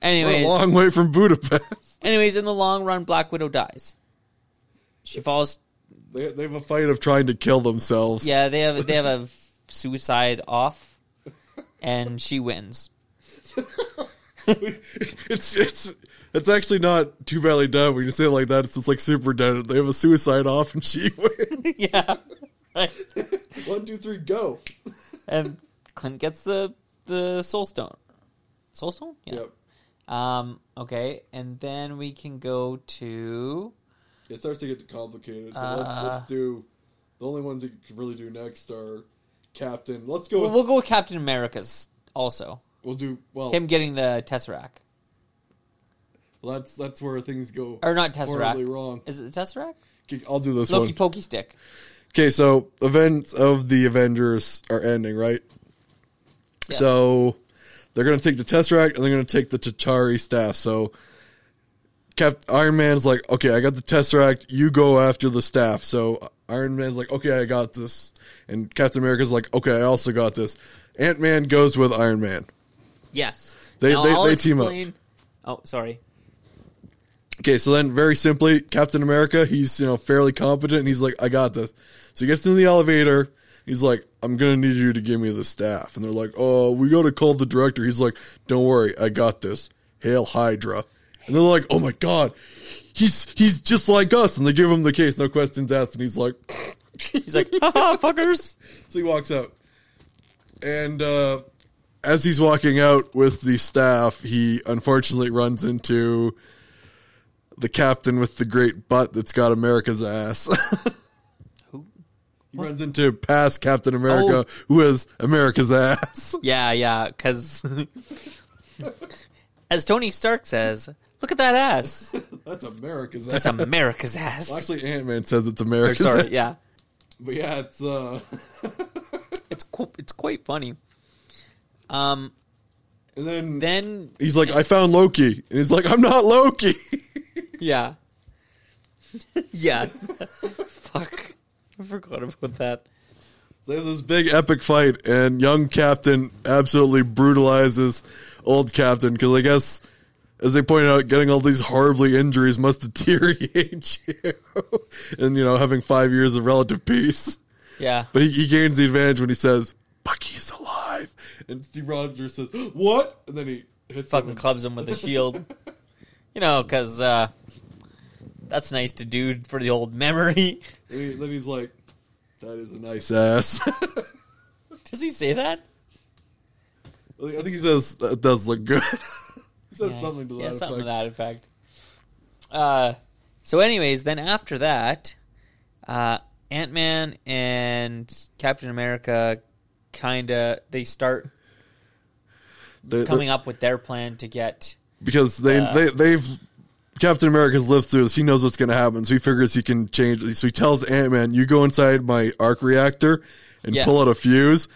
Speaker 2: Anyways,
Speaker 1: long way from Budapest.
Speaker 2: anyways, in the long run, Black Widow dies. She falls.
Speaker 1: They, they have a fight of trying to kill themselves.
Speaker 2: Yeah, they have they have a suicide off, and she wins.
Speaker 1: it's it's it's actually not too badly done when you say it like that. It's just like super done. They have a suicide off and she wins.
Speaker 2: yeah, right.
Speaker 1: One, two, three, go.
Speaker 2: and Clint gets the the soul stone. Soul stone? Yeah.
Speaker 1: Yep.
Speaker 2: Um okay, and then we can go to
Speaker 1: It starts to get complicated. So
Speaker 2: Uh.
Speaker 1: let's, let's do the only ones you can really do next are Captain. Let's go.
Speaker 2: we'll,
Speaker 1: With,
Speaker 2: we'll go with Captain America's also.
Speaker 1: we'll do well.
Speaker 2: Him getting the Tesseract.
Speaker 1: That's that's where things go
Speaker 2: Or not
Speaker 1: horribly
Speaker 2: Tesseract.
Speaker 1: wrong.
Speaker 2: Is it the Tesseract?
Speaker 1: Okay, I'll do this
Speaker 2: Loki
Speaker 1: one.
Speaker 2: Pokey Stick.
Speaker 1: Okay, so events of the Avengers are ending, right?
Speaker 2: Yes.
Speaker 1: So they're going to take the Tesseract and they're going to take the Tatari staff. So Cap- Iron Man's like, okay, I got the Tesseract. You go after the staff. So Iron Man's like, okay, I got this. And Captain America's like, okay, I also got this. Ant Man goes with Iron Man.
Speaker 2: Yes.
Speaker 1: They- they- they team up.
Speaker 2: team up. Oh, sorry.
Speaker 1: Okay, so then very simply, Captain America, he's you know fairly competent. And he's like, I got this. So he gets in the elevator. He's like, I'm gonna need you to give me the staff. And they're like, Oh, we gotta call the director. He's like, Don't worry, I got this. Hail Hydra. And they're like, Oh my god, he's he's just like us. And they give him the case, no questions asked. And he's like,
Speaker 2: He's like, haha, fuckers.
Speaker 1: so he walks out. And uh, as he's walking out with the staff, he unfortunately runs into the captain with the great butt that's got America's ass.
Speaker 2: Who?
Speaker 1: he runs into past Captain America,
Speaker 2: Oh.
Speaker 1: who has America's ass.
Speaker 2: Yeah, yeah, because as Tony Stark says, look at that ass.
Speaker 1: that's America's
Speaker 2: That's
Speaker 1: ass.
Speaker 2: America's ass.
Speaker 1: Well, actually, Ant Man says it's America's ass.
Speaker 2: sorry, yeah.
Speaker 1: But yeah, it's. Uh,
Speaker 2: It's qu- it's quite funny. Um,
Speaker 1: and then,
Speaker 2: then
Speaker 1: he's like, I found Loki. And he's like, I'm not Loki.
Speaker 2: yeah, yeah. Fuck, I forgot about that.
Speaker 1: So they have this big epic fight, and young Captain absolutely brutalizes old Captain because I guess, as they pointed out, getting all these horribly injuries must deteriorate you, and you know having five years of relative peace.
Speaker 2: Yeah,
Speaker 1: But he, he gains the advantage when he says, "Bucky's alive," and Steve Rogers says, "What?" and then he hits him.
Speaker 2: fucking
Speaker 1: and-
Speaker 2: clubs him with a shield. You know, because uh, that's nice to do for the old memory.
Speaker 1: And he- then he's like, "That is a nice ass."
Speaker 2: Does he say that?
Speaker 1: I think he says that does look good. he says
Speaker 2: Yeah,
Speaker 1: something to that
Speaker 2: yeah,
Speaker 1: effect.
Speaker 2: something to that effect. Uh, so, anyways, then after that, uh, Ant Man and Captain America kind of they start
Speaker 1: They- they-
Speaker 2: coming up with their plan to get
Speaker 1: because they,
Speaker 2: Uh,
Speaker 1: they they've Captain America's lived through this. He knows what's going to happen, so he figures he can change. So he tells Ant Man, "You go inside my arc reactor and
Speaker 2: Yeah.
Speaker 1: pull out a fuse."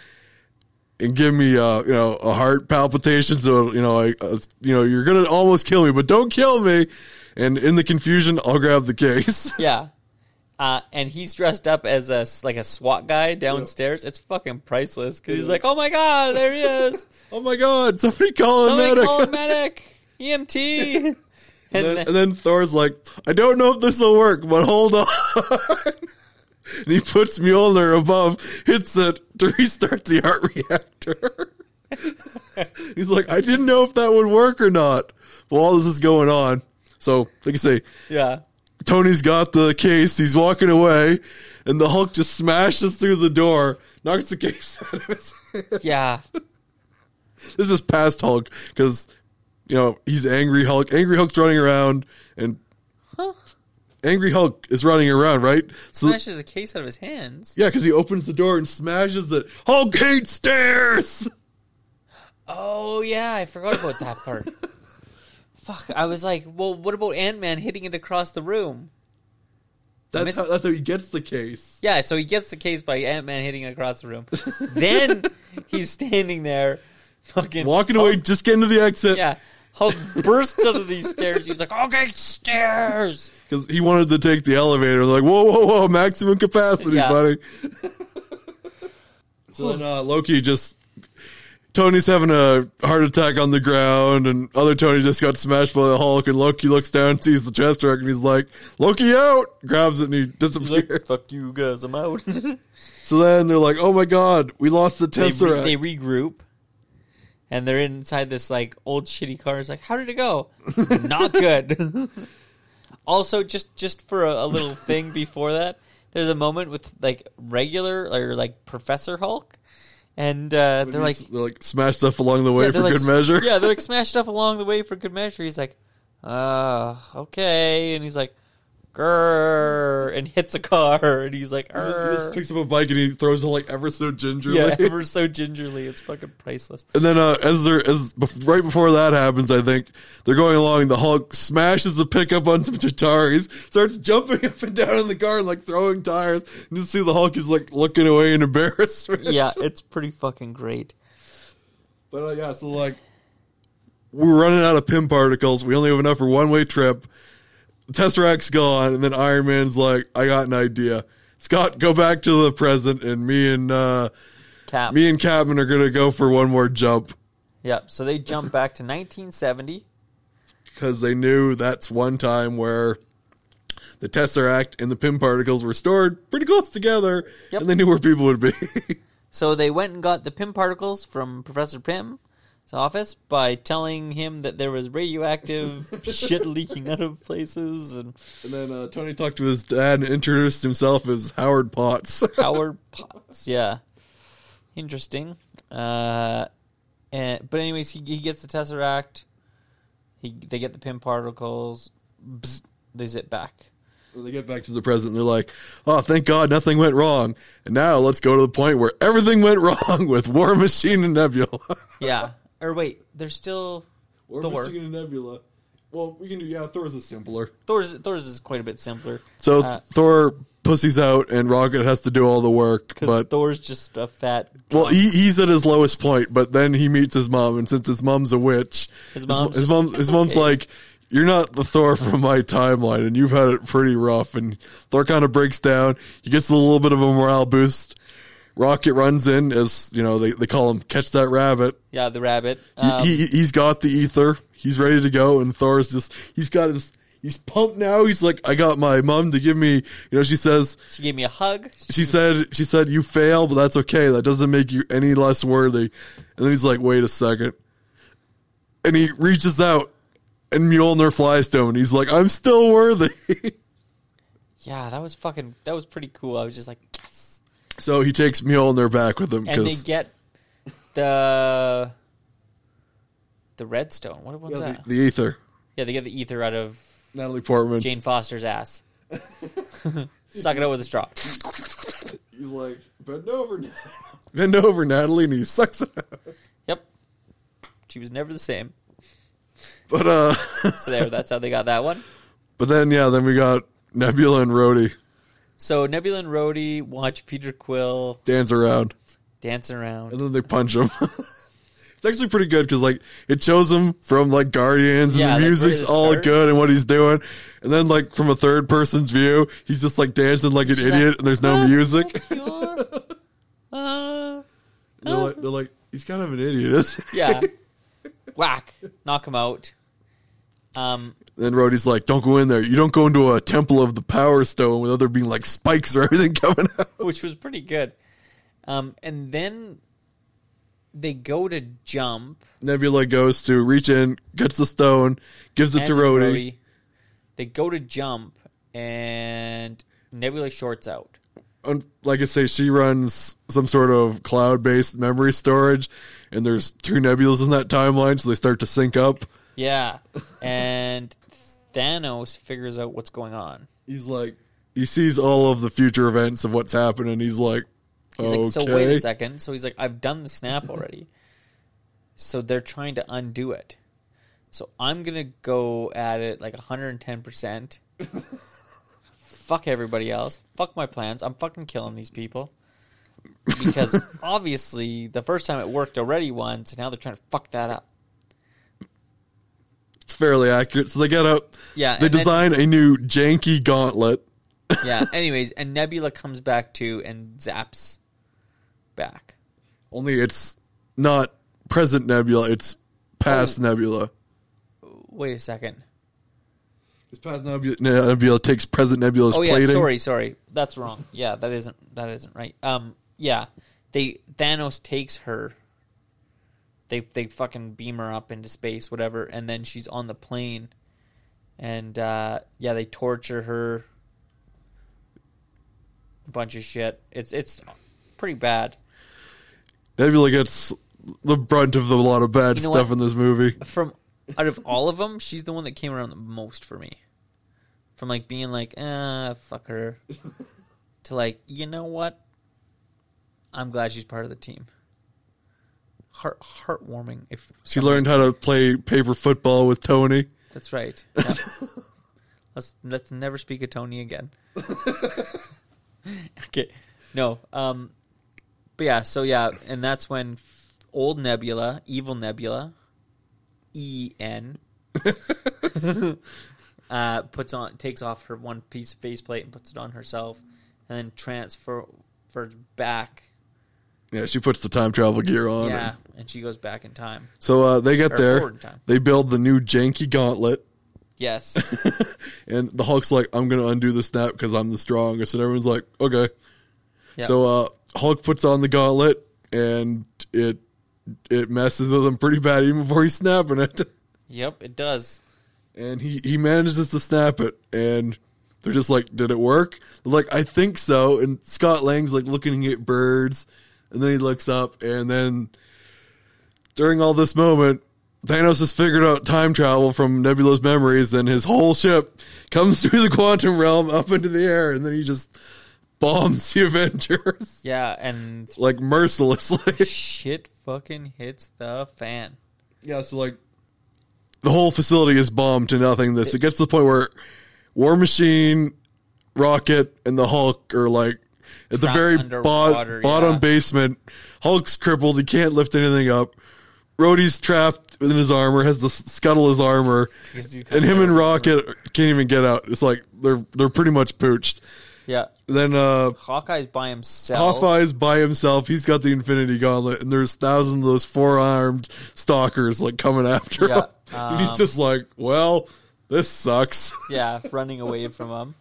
Speaker 1: And give me, uh, you know, a heart palpitation. So you know, I, uh, you know, you're gonna almost kill me, but don't kill me. And in the confusion, I'll grab the case.
Speaker 2: yeah. Uh, and he's dressed up as a s- like a SWAT guy downstairs. It's fucking priceless because he's
Speaker 1: Yeah.
Speaker 2: like, "Oh my god, there he is!
Speaker 1: oh my God! Somebody call a
Speaker 2: Somebody
Speaker 1: medic!
Speaker 2: call a medic, EMT." and,
Speaker 1: And then,
Speaker 2: then-
Speaker 1: and then Thor's like, I don't know if this will work, but hold on. and he puts Mjolnir above, hits it to restart the heart reactor. He's like, I didn't know if that would work or not. Well, all this is going on. So, like you say,
Speaker 2: yeah,
Speaker 1: Tony's got the case. He's walking away, and the Hulk just smashes through the door, knocks the case out of his hand.
Speaker 2: yeah,
Speaker 1: This is past Hulk because you know he's angry Hulk. Angry Hulk's running around, and
Speaker 2: huh?
Speaker 1: Angry Hulk is running around, right? So
Speaker 2: Smashes the case out of his hands.
Speaker 1: yeah, because he opens the door and smashes it. Hulk hates stairs.
Speaker 2: Oh yeah, I forgot about that part. Fuck, I was like, well, what about Ant Man hitting it across the room?
Speaker 1: That's
Speaker 2: Miss-
Speaker 1: how, that's how he gets the case.
Speaker 2: Yeah, so he gets the case by Ant Man hitting it across the room. then he's standing there, fucking
Speaker 1: Walking away, just getting to the exit
Speaker 2: Oh. Yeah, Hulk bursts out of these stairs. He's like, okay, stairs.
Speaker 1: because he wanted to take the elevator. Like whoa, whoa, whoa, maximum capacity,
Speaker 2: Yeah.
Speaker 1: buddy. so then uh, Loki just. Tony's having a heart attack on the ground, and other Tony just got smashed by the Hulk. And Loki looks down, sees the chest rack, and he's like, "Loki out!" Grabs it and he
Speaker 2: He's
Speaker 1: disappears.
Speaker 2: like, fuck you guys, I'm out. they,
Speaker 1: So then they're like, "Oh my god, we lost the
Speaker 2: re-
Speaker 1: tesseract."
Speaker 2: they regroup. And they're inside this like old shitty car. It's like, how did it go? Not good. also, just just for a, a little thing before that, there's a moment with like regular or like Professor Hulk, and uh, they're like,
Speaker 1: they like smash stuff along the way
Speaker 2: Yeah,
Speaker 1: for
Speaker 2: they're like
Speaker 1: good
Speaker 2: s-
Speaker 1: measure.
Speaker 2: Yeah, they're like smashed stuff along the way for good measure. He's like, uh, okay. And he's like, grrr, and hits a car. And he's like,
Speaker 1: He just, he just
Speaker 2: "Grr."
Speaker 1: picks up a bike and he throws it like ever so gingerly.
Speaker 2: yeah, ever so gingerly. It's fucking priceless.
Speaker 1: And then uh, as they're as bef- right before that happens, I think they're going along. The Hulk smashes the pickup on some Tataris, starts jumping up and down in the car and like throwing tires. And you see the Hulk is like looking away in embarrassment.
Speaker 2: Yeah, it's pretty fucking great.
Speaker 1: But uh, yeah, so like we're running out of pin particles. We only have enough for one way trip. Tesseract's gone, and then Iron Man's like, "I got an idea." Scott, go back to the present, and me and uh,
Speaker 2: Cap.
Speaker 1: me and Captain are gonna go for one more jump
Speaker 2: yeah, so they jump back to 1970.
Speaker 1: because they knew that's one time where the Tesseract and the pin particles were stored pretty close together,
Speaker 2: Yep.
Speaker 1: and they knew where people would be.
Speaker 2: So they went and got the Pym particles from Professor Pym's office by telling him that there was radioactive shit leaking out of places and
Speaker 1: and then uh, Tony talked to his dad and introduced himself as Howard Potts.
Speaker 2: Howard Potts. Yeah, interesting. Uh, and, but anyways, he, he gets the tesseract. He they get the pin particles. Bzz, they zip back.
Speaker 1: When they get back to the present, they're like, "Oh, thank God, nothing went wrong." And now let's go to the point where everything went wrong with War Machine and Nebula.
Speaker 2: Yeah. or wait, they're still
Speaker 1: War
Speaker 2: Thor.
Speaker 1: Machine and Nebula. Well, we can do yeah. Thor's is simpler.
Speaker 2: Thor's. Thor's is quite a bit simpler.
Speaker 1: So
Speaker 2: Uh,
Speaker 1: Thor pussies out, and Rocket has to do all the work.
Speaker 2: 'cause
Speaker 1: But
Speaker 2: Thor's just a fat.
Speaker 1: well, he, he's at his lowest point. But then he meets his mom, and since his mom's a witch,
Speaker 2: His
Speaker 1: mo-
Speaker 2: mom's
Speaker 1: his
Speaker 2: just-
Speaker 1: mom, his mom's
Speaker 2: okay.
Speaker 1: like. You're not the Thor from my timeline, and you've had it pretty rough. And Thor kind of breaks down. He gets a little bit of a morale boost. Rocket runs in as you know they, they call him catch that rabbit.
Speaker 2: Yeah, the rabbit.
Speaker 1: He,
Speaker 2: Um,
Speaker 1: he he's got the ether. He's ready to go, and Thor's just he's got his he's pumped now. He's like I got my mom to give me you know she says
Speaker 2: she gave me a hug.
Speaker 1: she said she said you fail, but that's okay. That doesn't make you any less worthy. And then he's like wait a second, and he reaches out and Mjolnir flies to him, and he's like, "I'm still worthy."
Speaker 2: Yeah, that was fucking. That was pretty cool. I was just like, yes.
Speaker 1: so he takes Mjolnir back with him
Speaker 2: And they
Speaker 1: because
Speaker 2: get the the redstone. What was
Speaker 1: the,
Speaker 2: that?
Speaker 1: the ether.
Speaker 2: yeah, they get the ether out of
Speaker 1: Natalie Portman.
Speaker 2: Jane Foster's ass. Suck it up with a straw.
Speaker 1: He's like, "Bend over, bend over, Natalie," and he sucks. it out.
Speaker 2: Yep. She was never the same.
Speaker 1: But uh,
Speaker 2: So there, that's how they got that one.
Speaker 1: but then yeah, then we got Nebula and Rhodey
Speaker 2: So Nebula and Rhodey watch Peter Quill
Speaker 1: dance around.
Speaker 2: dancing around.
Speaker 1: and then they punch him. it's actually pretty good because like it shows him from like Guardians and
Speaker 2: Yeah,
Speaker 1: the
Speaker 2: like, where
Speaker 1: music's
Speaker 2: to
Speaker 1: all
Speaker 2: start.
Speaker 1: good and what he's doing, and then like from a third person's view, he's just like dancing like an
Speaker 2: like,
Speaker 1: idiot and there's no music.
Speaker 2: You're- uh,
Speaker 1: they're, like, they're like, he's kind of an idiot. Isn't he?
Speaker 2: yeah. Whack. Knock him out. Um,
Speaker 1: Then Rhodey's like, don't go in there. You don't go into a temple of the Power Stone without there being like spikes or everything coming out.
Speaker 2: which was pretty good. Um, and then they go to jump.
Speaker 1: Nebula goes to reach in, gets the stone, gives it to
Speaker 2: Answer
Speaker 1: Rhodey.
Speaker 2: They go to jump, and Nebula shorts out.
Speaker 1: un- like I say, she runs some sort of cloud based memory storage, and there's two nebulas in that timeline, so they start to sync up.
Speaker 2: Yeah, and Thanos figures out what's going on.
Speaker 1: He's like, he sees all of the future events of what's happening. He's like,
Speaker 2: He's
Speaker 1: okay.
Speaker 2: like, so wait a second. So he's like, I've done the snap already. so they're trying to undo it. So I'm gonna go at it like 110 percent. Fuck everybody else. Fuck my plans. I'm fucking killing these people. Because obviously the first time it worked already once, and now they're trying to fuck that up.
Speaker 1: It's fairly accurate. So they get up.
Speaker 2: Yeah,
Speaker 1: They
Speaker 2: and then-
Speaker 1: design a new janky gauntlet.
Speaker 2: Yeah. Anyways, and Nebula comes back too and zaps back.
Speaker 1: Only it's not present nebula, it's
Speaker 2: Oh.
Speaker 1: past nebula.
Speaker 2: Wait a second.
Speaker 1: It's past nebula, nebula takes present nebula's
Speaker 2: Oh yeah,
Speaker 1: plating.
Speaker 2: sorry, sorry. That's wrong. Yeah, that isn't that isn't right. Um yeah. They Thanos takes her. They they fucking beam her up into space, whatever, and then she's on the plane. And uh yeah, they torture her. A bunch of shit. It's it's pretty bad.
Speaker 1: Nebula gets the brunt of the, a lot of bad
Speaker 2: You know
Speaker 1: stuff
Speaker 2: what?
Speaker 1: in this movie.
Speaker 2: From out of all of them, she's the one that came around the most for me. From like being like, ah, fuck her, to like, you know what? I'm glad she's part of the team. Heart heartwarming. If
Speaker 1: She learned how to play paper football with Tony.
Speaker 2: that's right. Yeah. let's let's never speak of Tony again. okay, no. Um, but yeah, so yeah, and that's when f- old Nebula, evil Nebula, E N, uh, puts on takes off her one piece of faceplate and puts it on herself, and then transfers back.
Speaker 1: Yeah, she puts the time travel gear on.
Speaker 2: Yeah, and she goes back in time.
Speaker 1: So uh, they get
Speaker 2: Or
Speaker 1: there.
Speaker 2: forward time.
Speaker 1: They build the new janky gauntlet.
Speaker 2: Yes.
Speaker 1: And the Hulk's like, I'm going to undo the snap because I'm the strongest. And everyone's like, okay.
Speaker 2: Yeah.
Speaker 1: So uh, Hulk puts on the gauntlet and it it messes with him pretty bad even before he's snapping it.
Speaker 2: yep, it does.
Speaker 1: And he, he manages to snap it. And they're just like, did it work? They're like, I think so. And Scott Lang's like looking at birds. And then he looks up. And then during all this moment, Thanos has figured out time travel from Nebula's memories. And his whole ship comes through the quantum realm up into the air. And then he just bombs the Avengers
Speaker 2: Yeah, and
Speaker 1: like mercilessly.
Speaker 2: shit fucking hits the fan.
Speaker 1: Yeah, so like the whole facility is bombed to nothing. This it gets to the point where War Machine, Rocket, and the Hulk are like at the
Speaker 2: Trapped
Speaker 1: very bo-
Speaker 2: underwater,
Speaker 1: bottom
Speaker 2: yeah.
Speaker 1: basement. Hulk's crippled; he can't lift anything up. Rhodey's trapped in his armor, has to s- scuttle his armor,
Speaker 2: Because he's
Speaker 1: and him and Rocket can't even get out. It's like they're they're pretty much pooched.
Speaker 2: Yeah.
Speaker 1: Then uh,
Speaker 2: Hawkeye's by himself.
Speaker 1: Hawkeye's by himself. He's got the Infinity Gauntlet, and there's thousands of those four armed stalkers like coming after him.
Speaker 2: Yeah, um,
Speaker 1: and he's just like, "Well, this sucks."
Speaker 2: Yeah, running away from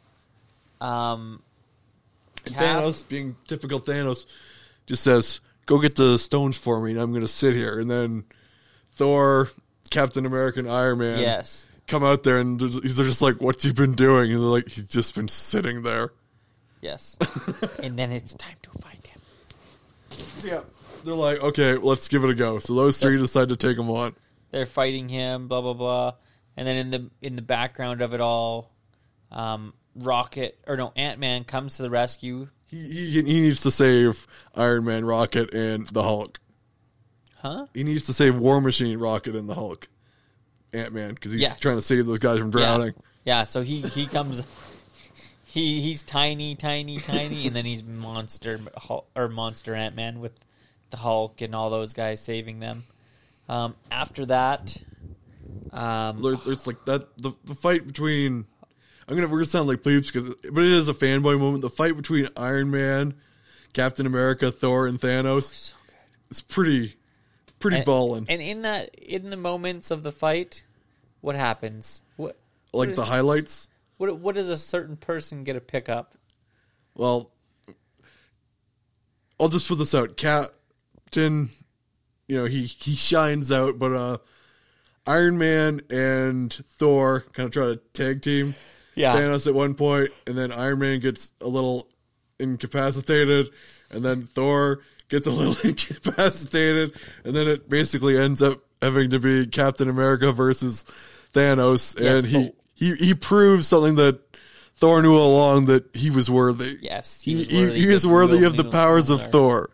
Speaker 2: him. Um, Cap-
Speaker 1: Thanos, being typical Thanos, just says, "Go get the stones for me, and I'm going to sit here." And then Thor, Captain America, and Iron Man
Speaker 2: Yes.
Speaker 1: come out there and they're just- they're just like, "What's he been doing?" And they're like, "He's just been sitting there."
Speaker 2: Yes. and then it's time to find him.
Speaker 1: So yeah, they're like, "Okay, let's give it a go." So those three decide to take him on.
Speaker 2: They're fighting him, blah blah blah. And then in the in the background of it all, um, Rocket or no, Ant Man comes to the rescue.
Speaker 1: He, he he needs to save Iron Man, Rocket, and the Hulk.
Speaker 2: Huh?
Speaker 1: He needs to save War Machine, Rocket, and the Hulk. Ant Man, because he's
Speaker 2: Yes.
Speaker 1: trying to save those guys from drowning.
Speaker 2: Yeah. yeah, so he, he comes he he's tiny, tiny, tiny, and then he's monster Hul- or monster Ant Man with the Hulk and all those guys saving them. Um, after that, um,
Speaker 1: There- It's like that the, the fight between. I'm gonna we're gonna sound like plebes because, but it is a fanboy moment. The fight between Iron Man, Captain America, Thor, and Thanos.
Speaker 2: so good.
Speaker 1: It's pretty, pretty ballin'.
Speaker 2: And in that, in the moments of the fight, what happens? What
Speaker 1: Like the highlights.
Speaker 2: what what does a certain person get a pickup?
Speaker 1: Well, I'll just put this out. Captain, you know, he he shines out, but uh, Iron Man and Thor kind of try to tag team
Speaker 2: Yeah.
Speaker 1: Thanos at one point, and then Iron Man gets a little incapacitated, and then Thor gets a little incapacitated, and then it basically ends up having to be Captain America versus Thanos,
Speaker 2: Yes,
Speaker 1: and he,
Speaker 2: but-
Speaker 1: he he proves something that Thor knew all along that he was worthy.
Speaker 2: Yes,
Speaker 1: He,
Speaker 2: was
Speaker 1: he,
Speaker 2: worthy
Speaker 1: he
Speaker 2: to
Speaker 1: is worthy
Speaker 2: wield
Speaker 1: of the
Speaker 2: needles
Speaker 1: powers of
Speaker 2: there.
Speaker 1: Thor.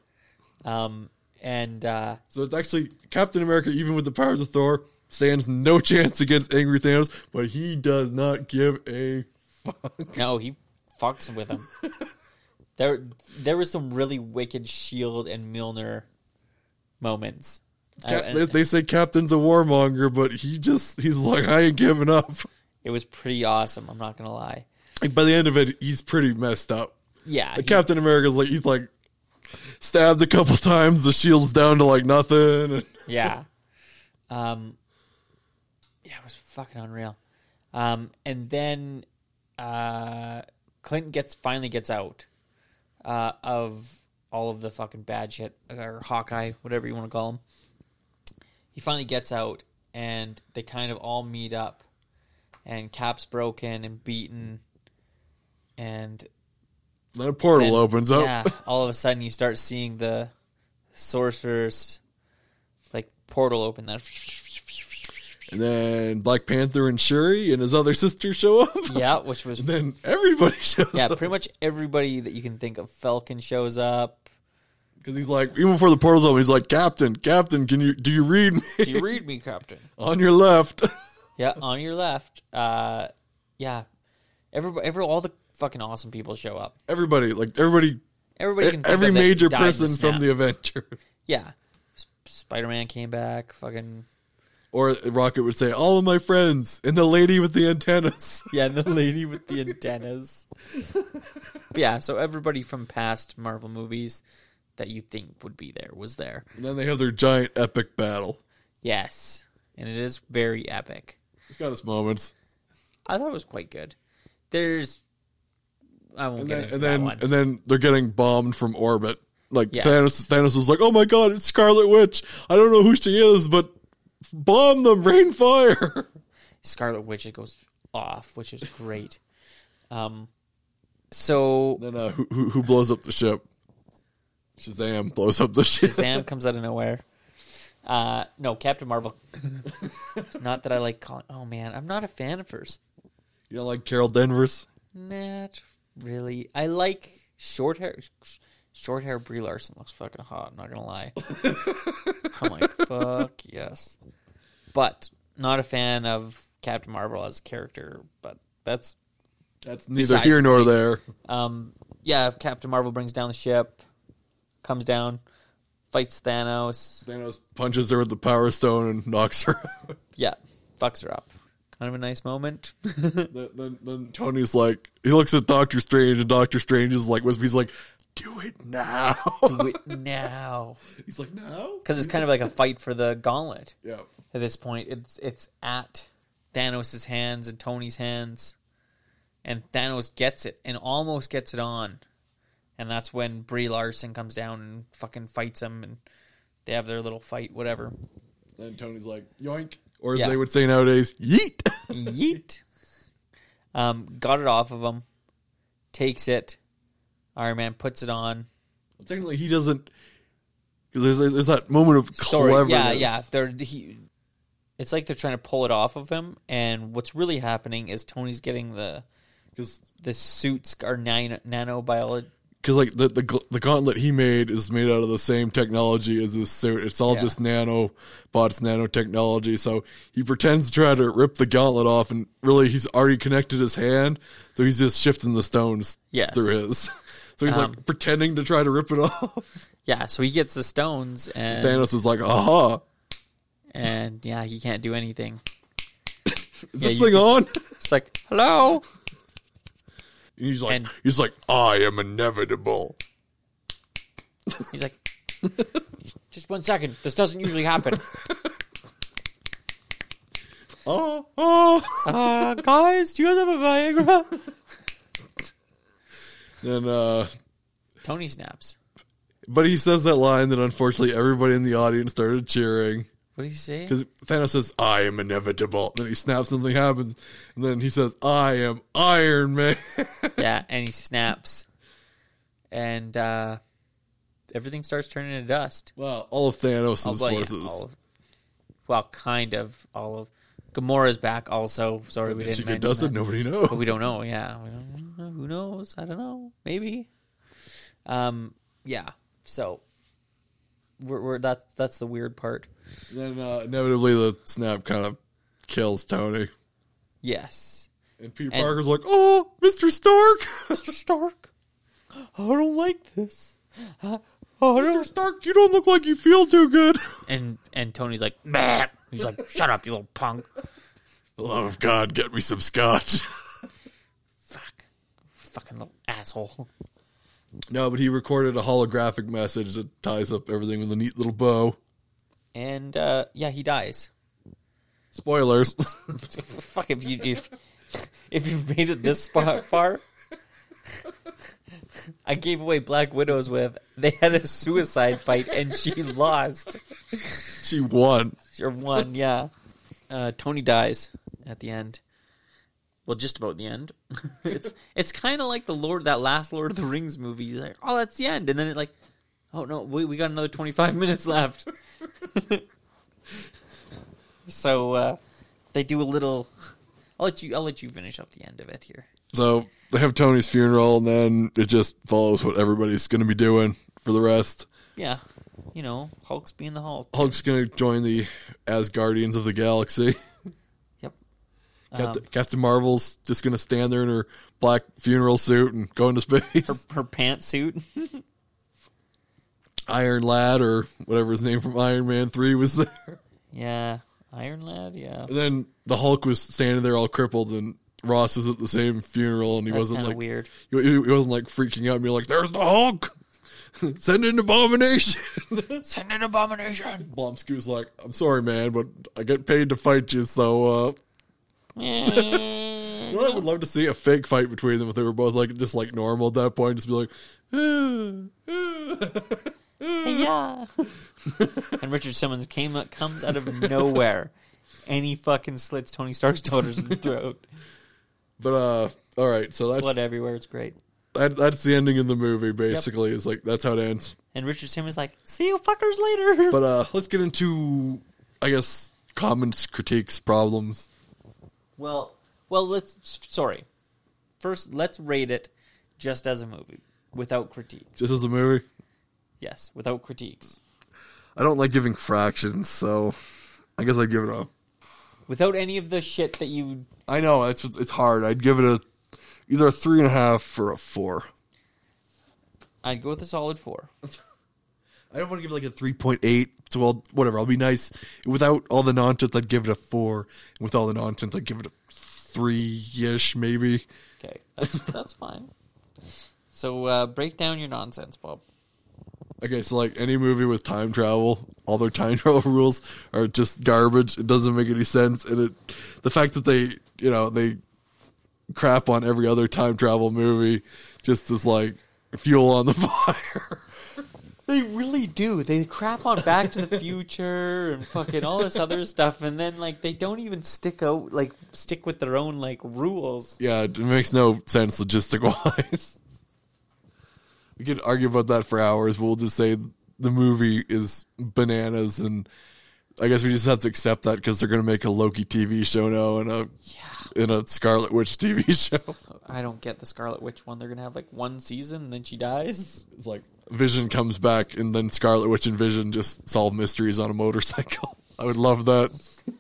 Speaker 2: Um, and uh,
Speaker 1: So it's actually Captain America, even with the powers of Thor, stands no chance against angry Thanos, but he does not give a fuck.
Speaker 2: no, he fucks with him. there, there was some really wicked Shield and Milner moments. I-
Speaker 1: Cap-
Speaker 2: and
Speaker 1: they, they say Captain's a warmonger, but he just, he's like, I ain't giving up.
Speaker 2: it was pretty awesome. I'm not gonna lie.
Speaker 1: Like, by the end of it, he's pretty messed up.
Speaker 2: Yeah,
Speaker 1: Like,
Speaker 2: he-
Speaker 1: Captain America's like, he's like stabbed a couple times, the shield's down to like nothing. And
Speaker 2: yeah. Um, yeah, it was fucking unreal. Um, and then uh, Clint gets finally gets out uh, of all of the fucking bad shit or Hawkeye, whatever you want to call him. He finally gets out, and they kind of all meet up, and Cap's broken and beaten, and
Speaker 1: then a portal
Speaker 2: then-
Speaker 1: opens up.
Speaker 2: Yeah, all of a sudden you start seeing the sorcerer's like portal open that.
Speaker 1: And then Black Panther and Shuri and his other sister show up.
Speaker 2: yeah, which was
Speaker 1: then everybody shows
Speaker 2: yeah,
Speaker 1: up
Speaker 2: pretty much everybody that you can think of. Falcon shows up.
Speaker 1: because he's like, even before the portal's open, he's like, "Captain, Captain, can you do you read me
Speaker 2: Do you read me, Captain?
Speaker 1: on your left?"
Speaker 2: Yeah, on your left. Uh, yeah, everybody, every all the fucking awesome people show up.
Speaker 1: everybody, like everybody,
Speaker 2: Everybody, can think
Speaker 1: E, every
Speaker 2: of that
Speaker 1: major
Speaker 2: died in the
Speaker 1: person from
Speaker 2: snap.
Speaker 1: the Avenger,
Speaker 2: yeah. Spider Man came back. Fucking
Speaker 1: or Rocket would say, "All of my friends," and the lady with the antennas.
Speaker 2: yeah, and the lady with the antennas. But yeah, so everybody from past Marvel movies that you think would be there was there.
Speaker 1: and then they have their giant epic battle.
Speaker 2: Yes, and it is very epic.
Speaker 1: It's got its moments,
Speaker 2: I thought it was quite good. There's, I won't
Speaker 1: and
Speaker 2: get
Speaker 1: then
Speaker 2: into
Speaker 1: and
Speaker 2: that
Speaker 1: then,
Speaker 2: one.
Speaker 1: and then they're getting bombed from orbit. Like
Speaker 2: Yes.
Speaker 1: Thanos, Thanos was like, "Oh my god, it's Scarlet Witch! I don't know who she is, but bomb them, rain fire."
Speaker 2: Scarlet Witch it goes off, which is great. um, so
Speaker 1: Then uh, who, who who blows up the ship? Shazam blows up the ship.
Speaker 2: Sam comes out of nowhere. Uh, no, Captain Marvel. not that I like calling. Oh man, I'm not a fan of hers.
Speaker 1: You know, like Carol Danvers.
Speaker 2: Not really. I like short hair. sh- Short hair Brie Larson looks fucking hot. I'm not gonna lie. I'm like fuck yes, but not a fan of Captain Marvel as a character. But that's
Speaker 1: That's neither
Speaker 2: Besides
Speaker 1: here nor there.
Speaker 2: um, yeah. Captain Marvel brings down the ship, comes down, fights Thanos.
Speaker 1: Thanos punches her with the Power Stone and knocks her. out.
Speaker 2: Yeah, fucks her up. Kind of a nice moment.
Speaker 1: then, then, then Tony's like, he looks at Doctor Strange, and Doctor Strange is like, whispers, he's like, "Do it now."
Speaker 2: Do it now,
Speaker 1: he's like, "Now."
Speaker 2: because it's kind of like a fight for the gauntlet.
Speaker 1: Yeah.
Speaker 2: at this point. It's it's at Thanos' hands and Tony's hands, and Thanos gets it and almost gets it on, and that's when Brie Larson comes down and fucking fights him, and they have their little fight, whatever.
Speaker 1: And Tony's like, "Yoink." Or as
Speaker 2: Yeah.
Speaker 1: they would say nowadays, yeet.
Speaker 2: Yeet. Um, got it off of him. Takes it. Iron Man puts it on.
Speaker 1: Technically, he doesn't. Because there's, there's that moment of
Speaker 2: Sorry,
Speaker 1: cleverness.
Speaker 2: yeah, yeah. They're he. It's like they're trying to pull it off of him, and what's really happening is Tony's getting the
Speaker 1: Because
Speaker 2: the suits are nano nanobiology.
Speaker 1: because like the, the gl- the gauntlet he made is made out of the same technology as his suit. It's all
Speaker 2: Yeah.
Speaker 1: just nanobots, nanotechnology. So he pretends to try to rip the gauntlet off, and really he's already connected his hand, so he's just shifting the stones
Speaker 2: Yes.
Speaker 1: through his. So he's
Speaker 2: Um,
Speaker 1: like pretending to try to rip it off.
Speaker 2: Yeah, so he gets the stones, and
Speaker 1: Thanos is like, "Aha,
Speaker 2: and yeah, he can't do anything.
Speaker 1: is
Speaker 2: Yeah,
Speaker 1: this
Speaker 2: you
Speaker 1: thing on?"
Speaker 2: It's like hello,
Speaker 1: And he's like,
Speaker 2: And-
Speaker 1: "He's like, I am inevitable."
Speaker 2: He's like, just one second. This doesn't usually happen.
Speaker 1: Oh, oh.
Speaker 2: Uh, guys, do you guys have a Viagra?
Speaker 1: And uh,
Speaker 2: Tony snaps.
Speaker 1: but he says that line that unfortunately everybody in the audience started cheering.
Speaker 2: What do you say?
Speaker 1: Because Thanos says, I am inevitable. Then he snaps, something happens. And then he says, I am Iron Man.
Speaker 2: Yeah, and he snaps, and uh, everything starts turning to dust.
Speaker 1: Wow, all of Thanos'
Speaker 2: Although, yeah,
Speaker 1: forces.
Speaker 2: all of- well, kind of all of. Gamora's back also. Sorry,
Speaker 1: Did
Speaker 2: we didn't.
Speaker 1: she get
Speaker 2: mention
Speaker 1: dusted?
Speaker 2: that.
Speaker 1: Nobody
Speaker 2: but
Speaker 1: knows.
Speaker 2: we don't know. Yeah, we don't know. who knows? I don't know. Maybe. Um. Yeah. So. We're, we're that that's the weird part.
Speaker 1: Then uh, inevitably the snap kind of kills Tony.
Speaker 2: Yes,
Speaker 1: And Peter
Speaker 2: And-
Speaker 1: Parker's like, oh, Mr. Stark.
Speaker 2: Mr. Stark. I don't like this. I,
Speaker 1: Mr. Stark, you don't look like you feel too good.
Speaker 2: And and Tony's like, bah. he's like, shut up, you little punk.
Speaker 1: the love of God, get me some scotch.
Speaker 2: Fuck, fucking little asshole.
Speaker 1: no, but he recorded a holographic message that ties up everything with a neat little bow.
Speaker 2: And uh, yeah, he dies.
Speaker 1: Spoilers.
Speaker 2: Fuck if you if if you've made it this far, far. I gave away Black Widows with they had a suicide fight and she lost
Speaker 1: she won.
Speaker 2: or won. Yeah, uh, Tony dies at the end. Well, just about the end. it's it's kind of like the Lord that last Lord of the Rings movie. You're like, oh, that's the end, and then it like, oh no, we we got another twenty five minutes left. so uh, they do a little. I'll let you. I'll let you finish up the end of it here.
Speaker 1: So they have Tony's funeral, and then it just follows what everybody's going to be doing for the rest.
Speaker 2: Yeah, you know, Hulk's being the Hulk.
Speaker 1: Hulk's going to join the Asgardians of the Galaxy.
Speaker 2: Yep. Um,
Speaker 1: Captain, Captain Marvel's just going to stand there in her black funeral suit and go into space.
Speaker 2: Her, her pantsuit.
Speaker 1: Iron Lad, or whatever his name from Iron Man 3 was there.
Speaker 2: yeah, Iron Lad. Yeah.
Speaker 1: And then the Hulk was standing there all crippled, and Ross was at the same funeral, and he
Speaker 2: That's
Speaker 1: wasn't
Speaker 2: kind of
Speaker 1: like
Speaker 2: weird.
Speaker 1: He, he wasn't like freaking out and being like, "There's the Hulk, send an abomination."
Speaker 2: Send an abomination.
Speaker 1: Blomsky was like, "I'm sorry, man, but I get paid to fight you, so uh, you know, I would love to see a fake fight between them if they were both like just like normal at that point, just be like,
Speaker 2: yeah. and Richard Simmons came up, comes out of nowhere, and he fucking slits Tony Stark's daughter's throat.
Speaker 1: but uh, all right, so that's
Speaker 2: Blood everywhere. It's great.
Speaker 1: that, that's the ending of the movie. Basically, it's like that's how it ends.
Speaker 2: And Richard Simmons like, see you fuckers later.
Speaker 1: But uh, let's get into, I guess, comments, critiques, problems.
Speaker 2: well, well, let's. Sorry. First, let's rate it just as a movie without critiques.
Speaker 1: This is a movie.
Speaker 2: Yes, without critiques,
Speaker 1: I don't like giving fractions, so I guess I'd give it a
Speaker 2: without any of the shit that you.
Speaker 1: I know it's it's hard. I'd give it a either a three and a half or a four.
Speaker 2: I'd go with a solid four.
Speaker 1: I don't want to give it like a three point eight. So I'll whatever. I'll be nice. Without all the nonsense, I'd give it a four. With all the nonsense, I'd give it a three ish maybe.
Speaker 2: Okay, that's, that's fine. So uh, break down your nonsense, Bob.
Speaker 1: Okay, so like any movie with time travel, all their time travel rules are just garbage. It doesn't make any sense, and it the fact that they you know they crap on every other time travel movie just is like fuel on the fire.
Speaker 2: They really do. They crap on Back to the Future and fucking all this other stuff, and then like they don't even stick out like stick with their own like rules.
Speaker 1: Yeah, it makes no sense logistic wise. we could argue about that for hours, but we'll just say the movie is bananas, and I guess we just have to accept that because they're going to make a Loki TV show now and a and a Scarlet Witch TV show.
Speaker 2: I don't get the Scarlet Witch one. They're gonna have like one season and then she dies.
Speaker 1: It's like Vision comes back, and then Scarlet Witch and Vision just solve mysteries on a motorcycle. I would love that.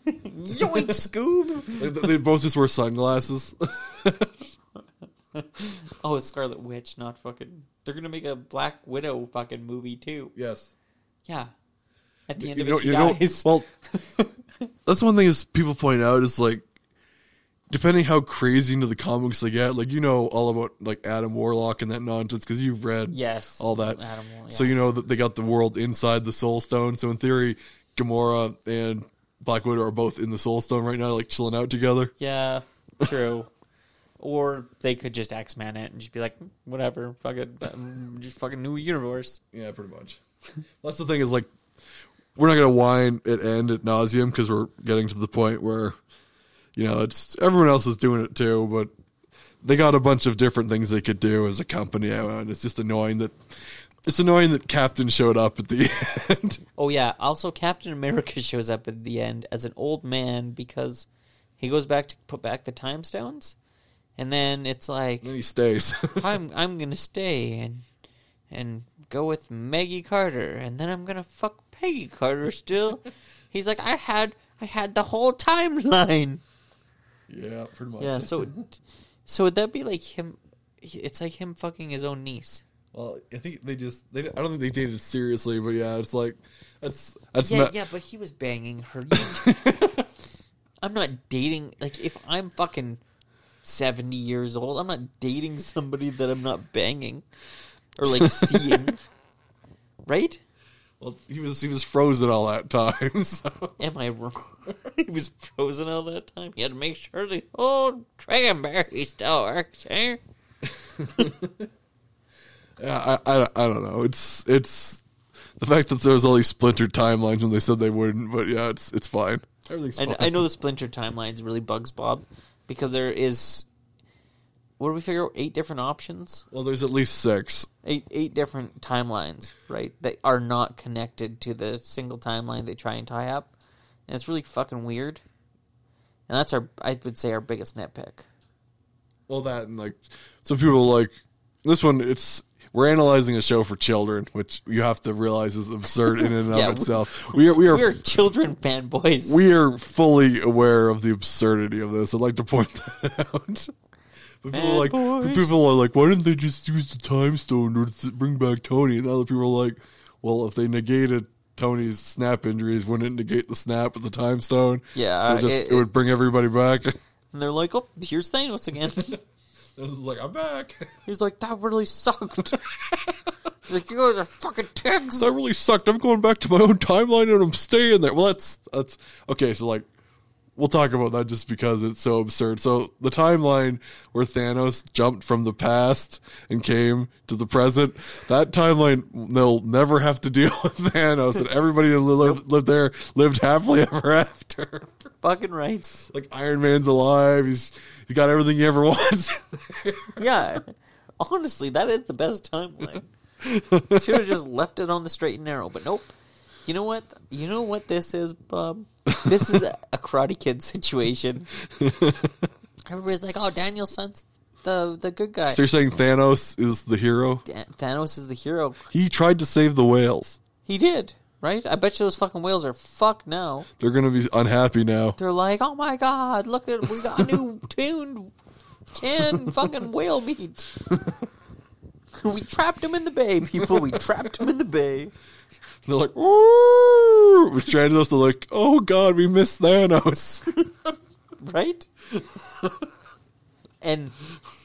Speaker 2: Yoink, Scoob!
Speaker 1: Like, they both just wear sunglasses.
Speaker 2: Oh, it's Scarlet Witch, not fucking. They're gonna make a Black Widow fucking movie too.
Speaker 1: yes.
Speaker 2: Yeah. At the end
Speaker 1: you
Speaker 2: of
Speaker 1: know,
Speaker 2: it, she
Speaker 1: you know,
Speaker 2: dies.
Speaker 1: well, that's one thing is people point out is like, depending how crazy into the comics they get, like you know all about like Adam Warlock and that nonsense because you've read
Speaker 2: yes.
Speaker 1: all that.
Speaker 2: Adam Warlock,
Speaker 1: So
Speaker 2: yeah.
Speaker 1: you know that they got the world inside the Soul Stone. So in theory, Gamora and Black Widow are both in the Soul Stone right now, like chilling out together.
Speaker 2: Yeah, true. or they could just X Man it and just be like, "Mm, whatever, fuck it, um, just fucking new universe.
Speaker 1: Yeah, pretty much. That's the thing is like we're not gonna whine at end at nauseum because we're getting to the point where you know it's everyone else is doing it too, but they got a bunch of different things they could do as a company, uh, and it's just annoying that it's annoying that Captain showed up at the end.
Speaker 2: Oh yeah. Also, Captain America shows up at the end as an old man because he goes back to put back the time stones, and then it's like,
Speaker 1: and he stays.
Speaker 2: I'm I'm gonna stay and and go with Maggie Carter, and then I'm gonna fuck Peggy Carter still. He's like, I had I had the whole timeline.
Speaker 1: yeah, pretty much.
Speaker 2: Yeah. So, so would that be like him? It's like him fucking his own niece.
Speaker 1: well, I think they just they I don't think they dated seriously, but yeah, it's like that's that's
Speaker 2: Yeah,
Speaker 1: ma-
Speaker 2: yeah, but he was banging her. You- I'm not dating. Like, if I'm fucking seventy years old, I'm not dating somebody that I'm not banging or like seeing. Right?
Speaker 1: Well, he was he was frozen all that time. So.
Speaker 2: Am I wrong? he was frozen all that time. He had to make sure the old cranberry still works. Eh?
Speaker 1: Yeah, I, I, I don't know. It's it's the fact that there's all these splintered timelines when they said they wouldn't, but yeah, it's it's fine. Everything's
Speaker 2: I, I know the splinter timelines really bugs Bob because there is. What do we figure out? Eight different options,
Speaker 1: Well, there's at least six.
Speaker 2: eight eight different timelines, right? That are not connected to the single timeline they try and tie up, and it's really fucking weird. And that's our, I would say, our biggest nitpick.
Speaker 1: Well, that and like some people are like this one. It's we're analyzing a show for children, which you have to realize is absurd in and
Speaker 2: Yeah,
Speaker 1: of
Speaker 2: we-
Speaker 1: itself. We are we are
Speaker 2: We are children fanboys.
Speaker 1: we are fully aware of the absurdity of this. I'd like to point that out. But people, are like,
Speaker 2: Bad boys.
Speaker 1: people are like, why didn't they just use the time stone to s- bring back Tony? And other people are like, well, if they negated Tony's snap injuries, wouldn't it negate the snap of the time stone?
Speaker 2: Yeah,
Speaker 1: so
Speaker 2: uh,
Speaker 1: it just
Speaker 2: it-
Speaker 1: it, would bring everybody back. it
Speaker 2: and they're like, "Oh, here's Thanos again."
Speaker 1: was like, I'm back.
Speaker 2: He's like, "That really sucked." like you guys are fucking ticks.
Speaker 1: that really sucked. I'm going back to my own timeline and I'm staying there. Well, that's that's okay. So like, we'll talk about that just because it's so absurd. So the timeline where Thanos jumped from the past and came to the present, that timeline they'll never have to deal with Thanos and everybody that lived, lived there lived happily ever after.
Speaker 2: Fucking rights.
Speaker 1: Like Iron Man's alive. He's he's got everything he ever wants.
Speaker 2: Yeah. Honestly, that is the best timeline. Should have just left it on the straight and narrow, but nope. You know what? You know what this is, Bob? This is a a Karate Kid situation. Everybody's like, "Oh, Daniel Sun's the the good guy.
Speaker 1: so you're saying Thanos is the hero?
Speaker 2: Da- Thanos is the hero.
Speaker 1: He tried to save the whales.
Speaker 2: He did, right? I bet you those fucking whales are fucked now.
Speaker 1: They're gonna be unhappy now.
Speaker 2: They're like, oh my god, look at we got a new tuned can fucking whale meat. we trapped him in the bay, people. We trapped him in the bay.
Speaker 1: They're like, ooh, we're trying to they're like, oh god, we missed Thanos.
Speaker 2: Right? and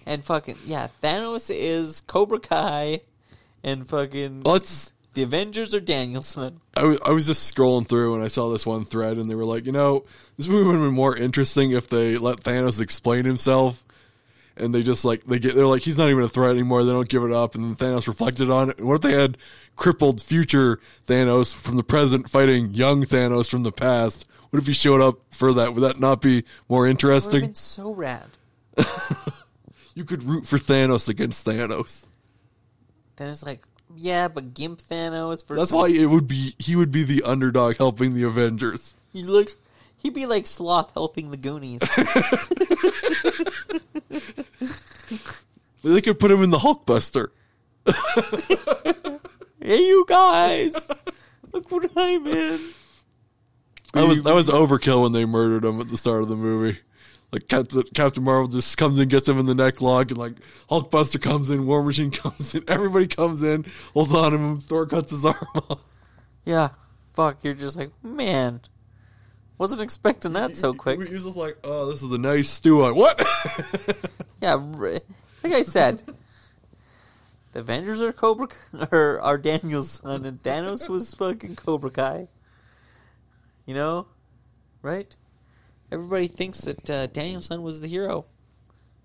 Speaker 2: and fucking yeah, Thanos is Cobra Kai and fucking
Speaker 1: Let's.
Speaker 2: the Avengers are Danielson.
Speaker 1: I wa- I was just scrolling through and I saw this one thread and they were like, you know, this movie would have been more interesting if they let Thanos explain himself. and they just like they get they're like he's not even a threat anymore. They don't give it up, and then Thanos reflected on it. What if they had crippled future Thanos from the present fighting young Thanos from the past? What if he showed up for that? Would that not be more
Speaker 2: Would have
Speaker 1: interesting?
Speaker 2: been so rad.
Speaker 1: You could root for Thanos against Thanos.
Speaker 2: Then it's like, yeah, but Gimp Thanos versus
Speaker 1: That's why it would be he would be the underdog helping the Avengers.
Speaker 2: he looks. He'd be like Sloth helping the Goonies.
Speaker 1: They could put him in the Hulkbuster.
Speaker 2: hey, you guys! Look what I'm in.
Speaker 1: That was that was overkill when they murdered him at the start of the movie. Like Captain, Captain Marvel just comes in, gets him in the neck lock, and like Hulkbuster comes in, War Machine comes in, everybody comes in, holds on to him, Thor cuts his arm off.
Speaker 2: Yeah, fuck. You're just like, man, wasn't expecting that so quick.
Speaker 1: He was just like, "Oh, this is a nice stew." I what?
Speaker 2: Yeah, r- like I said, the Avengers are Cobra K- are, are Daniel's son, and Thanos was fucking Cobra Kai. You know, right? Everybody thinks that uh, Daniel's son was the hero.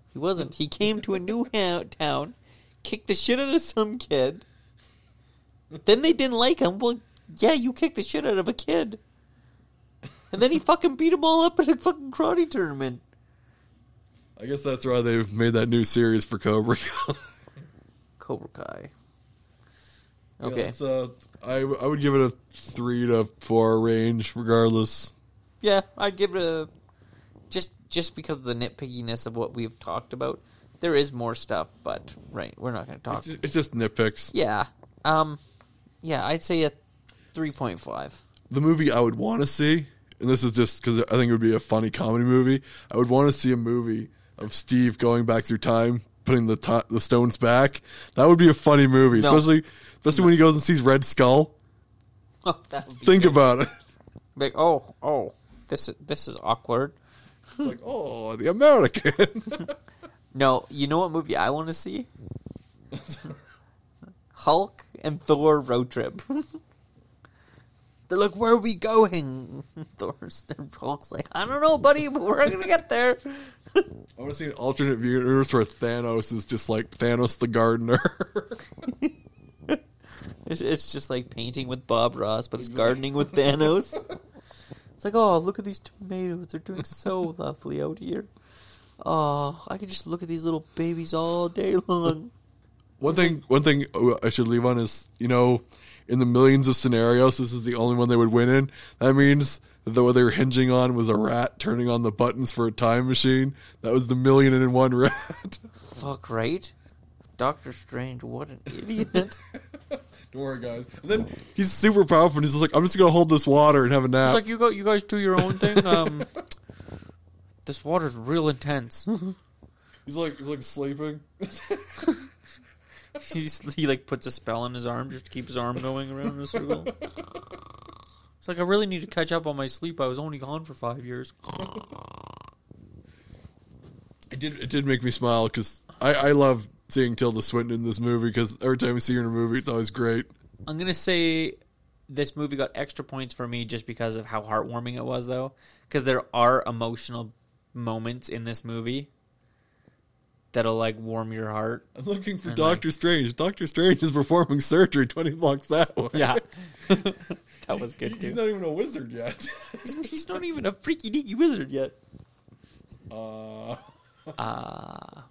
Speaker 2: He wasn't. He came to a new ha- town, kicked the shit out of some kid. Then they didn't like him. Well, yeah, you kicked the shit out of a kid. And then he fucking beat them all up in a fucking karate tournament.
Speaker 1: I guess that's why they've made that new series for Cobra. Kai.
Speaker 2: Cobra Kai.
Speaker 1: Yeah,
Speaker 2: Okay.
Speaker 1: it's, uh, I w- I would give it a three to four range, regardless.
Speaker 2: Yeah, I'd give it a just just because of the nitpickiness of what we've talked about. There is more stuff, but right, we're not going to talk.
Speaker 1: It's just, it's just nitpicks.
Speaker 2: Yeah. Um yeah, I'd say a 3.5.
Speaker 1: the movie I would want to see, and this is just because I think it would be a funny comedy movie. I would want to see a movie of Steve going back through time, putting the to- the stones back. That would be a funny movie,
Speaker 2: No.
Speaker 1: especially especially when he goes and sees Red Skull.
Speaker 2: Oh, that would be
Speaker 1: Think
Speaker 2: good.
Speaker 1: about it.
Speaker 2: like oh, oh. This is- this is awkward.
Speaker 1: It's like, oh, the American.
Speaker 2: No, you know what movie I want to see? Hulk and Thor road trip. They're like, where are we going? Thor's and Hulk's like, I don't know, buddy, but we're gonna get there.
Speaker 1: I want to see an alternate universe where Thanos is just like Thanos the gardener.
Speaker 2: It's, it's just like painting with Bob Ross, but it's gardening with Thanos. It's like, oh, look at these tomatoes. They're doing so lovely out here. Oh, I could just look at these little babies all day long.
Speaker 1: One thing, one thing I should leave on is, you know, in the millions of scenarios, this is the only one they would win in. That means that what they were hinging on was a rat turning on the buttons for a time machine. That was the million and one rat.
Speaker 2: Fuck, right? Doctor Strange, what an idiot.
Speaker 1: Don't worry, guys. And then he's super powerful, and he's just like, "I'm just gonna hold this water and have a nap."
Speaker 2: It's like you go, you guys do your own thing. Um, this water's real intense.
Speaker 1: he's like, he's like sleeping.
Speaker 2: He's, he like puts a spell on his arm just to keep his arm going around in a circle. It's like I really need to catch up on my sleep. I was only gone for five years.
Speaker 1: It did, it did make me smile because I, I love seeing Tilda Swinton in this movie because every time we see her in a movie, it's always great.
Speaker 2: I'm gonna say this movie got extra points for me just because of how heartwarming it was, though, because there are emotional moments in this movie that'll like warm your heart.
Speaker 1: I'm looking for
Speaker 2: And, like-
Speaker 1: Doctor Strange. Doctor Strange is performing surgery 20 blocks that way.
Speaker 2: Yeah, that was good
Speaker 1: He's
Speaker 2: too.
Speaker 1: not even a wizard yet.
Speaker 2: He's not even a freaky deaky wizard yet.
Speaker 1: uh,
Speaker 2: Ah,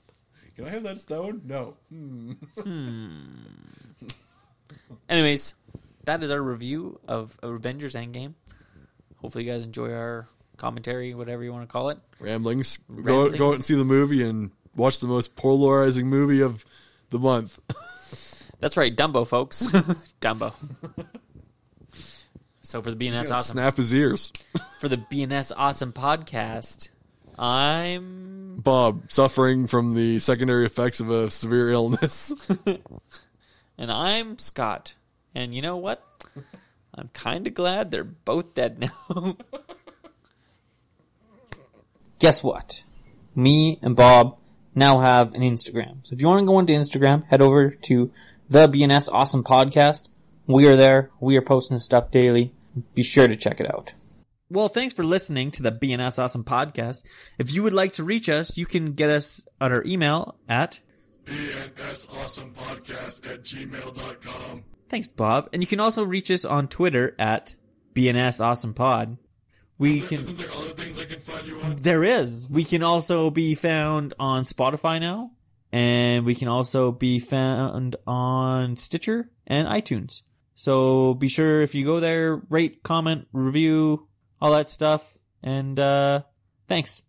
Speaker 1: can I have that stone? No. Hmm.
Speaker 2: anyways, that is our review of Avengers Endgame. Hopefully, you guys enjoy our commentary, whatever you want to call it.
Speaker 1: Ramblings. Go,
Speaker 2: Ramblings.
Speaker 1: go out and see the movie and watch the most polarizing movie of the month.
Speaker 2: That's right, Dumbo, folks. Dumbo. so for the BNS awesome.
Speaker 1: Snap his ears.
Speaker 2: for the BNS Awesome podcast. I'm
Speaker 1: Bob, suffering from the secondary effects of a severe illness.
Speaker 2: and I'm Scott. And you know what? I'm kind of glad they're both dead now. Guess what? Me and Bob now have an Instagram. So if you want to go into Instagram, head over to the BNS Awesome Podcast. We are there. We are posting stuff daily. Be sure to check it out. Well, thanks for listening to the BNS Awesome podcast. If you would like to reach us, you can get us on our email at
Speaker 1: E Podcast at gmail.com.
Speaker 2: Thanks, Bob. And you can also reach us on Twitter at BNS Awesome Pod. We can
Speaker 1: there other things I can find you on?
Speaker 2: there is. We can also be found on Spotify now, and we can also be found on Stitcher and iTunes. So be sure if you go there, rate, comment, review, all that stuff. And uh thanks.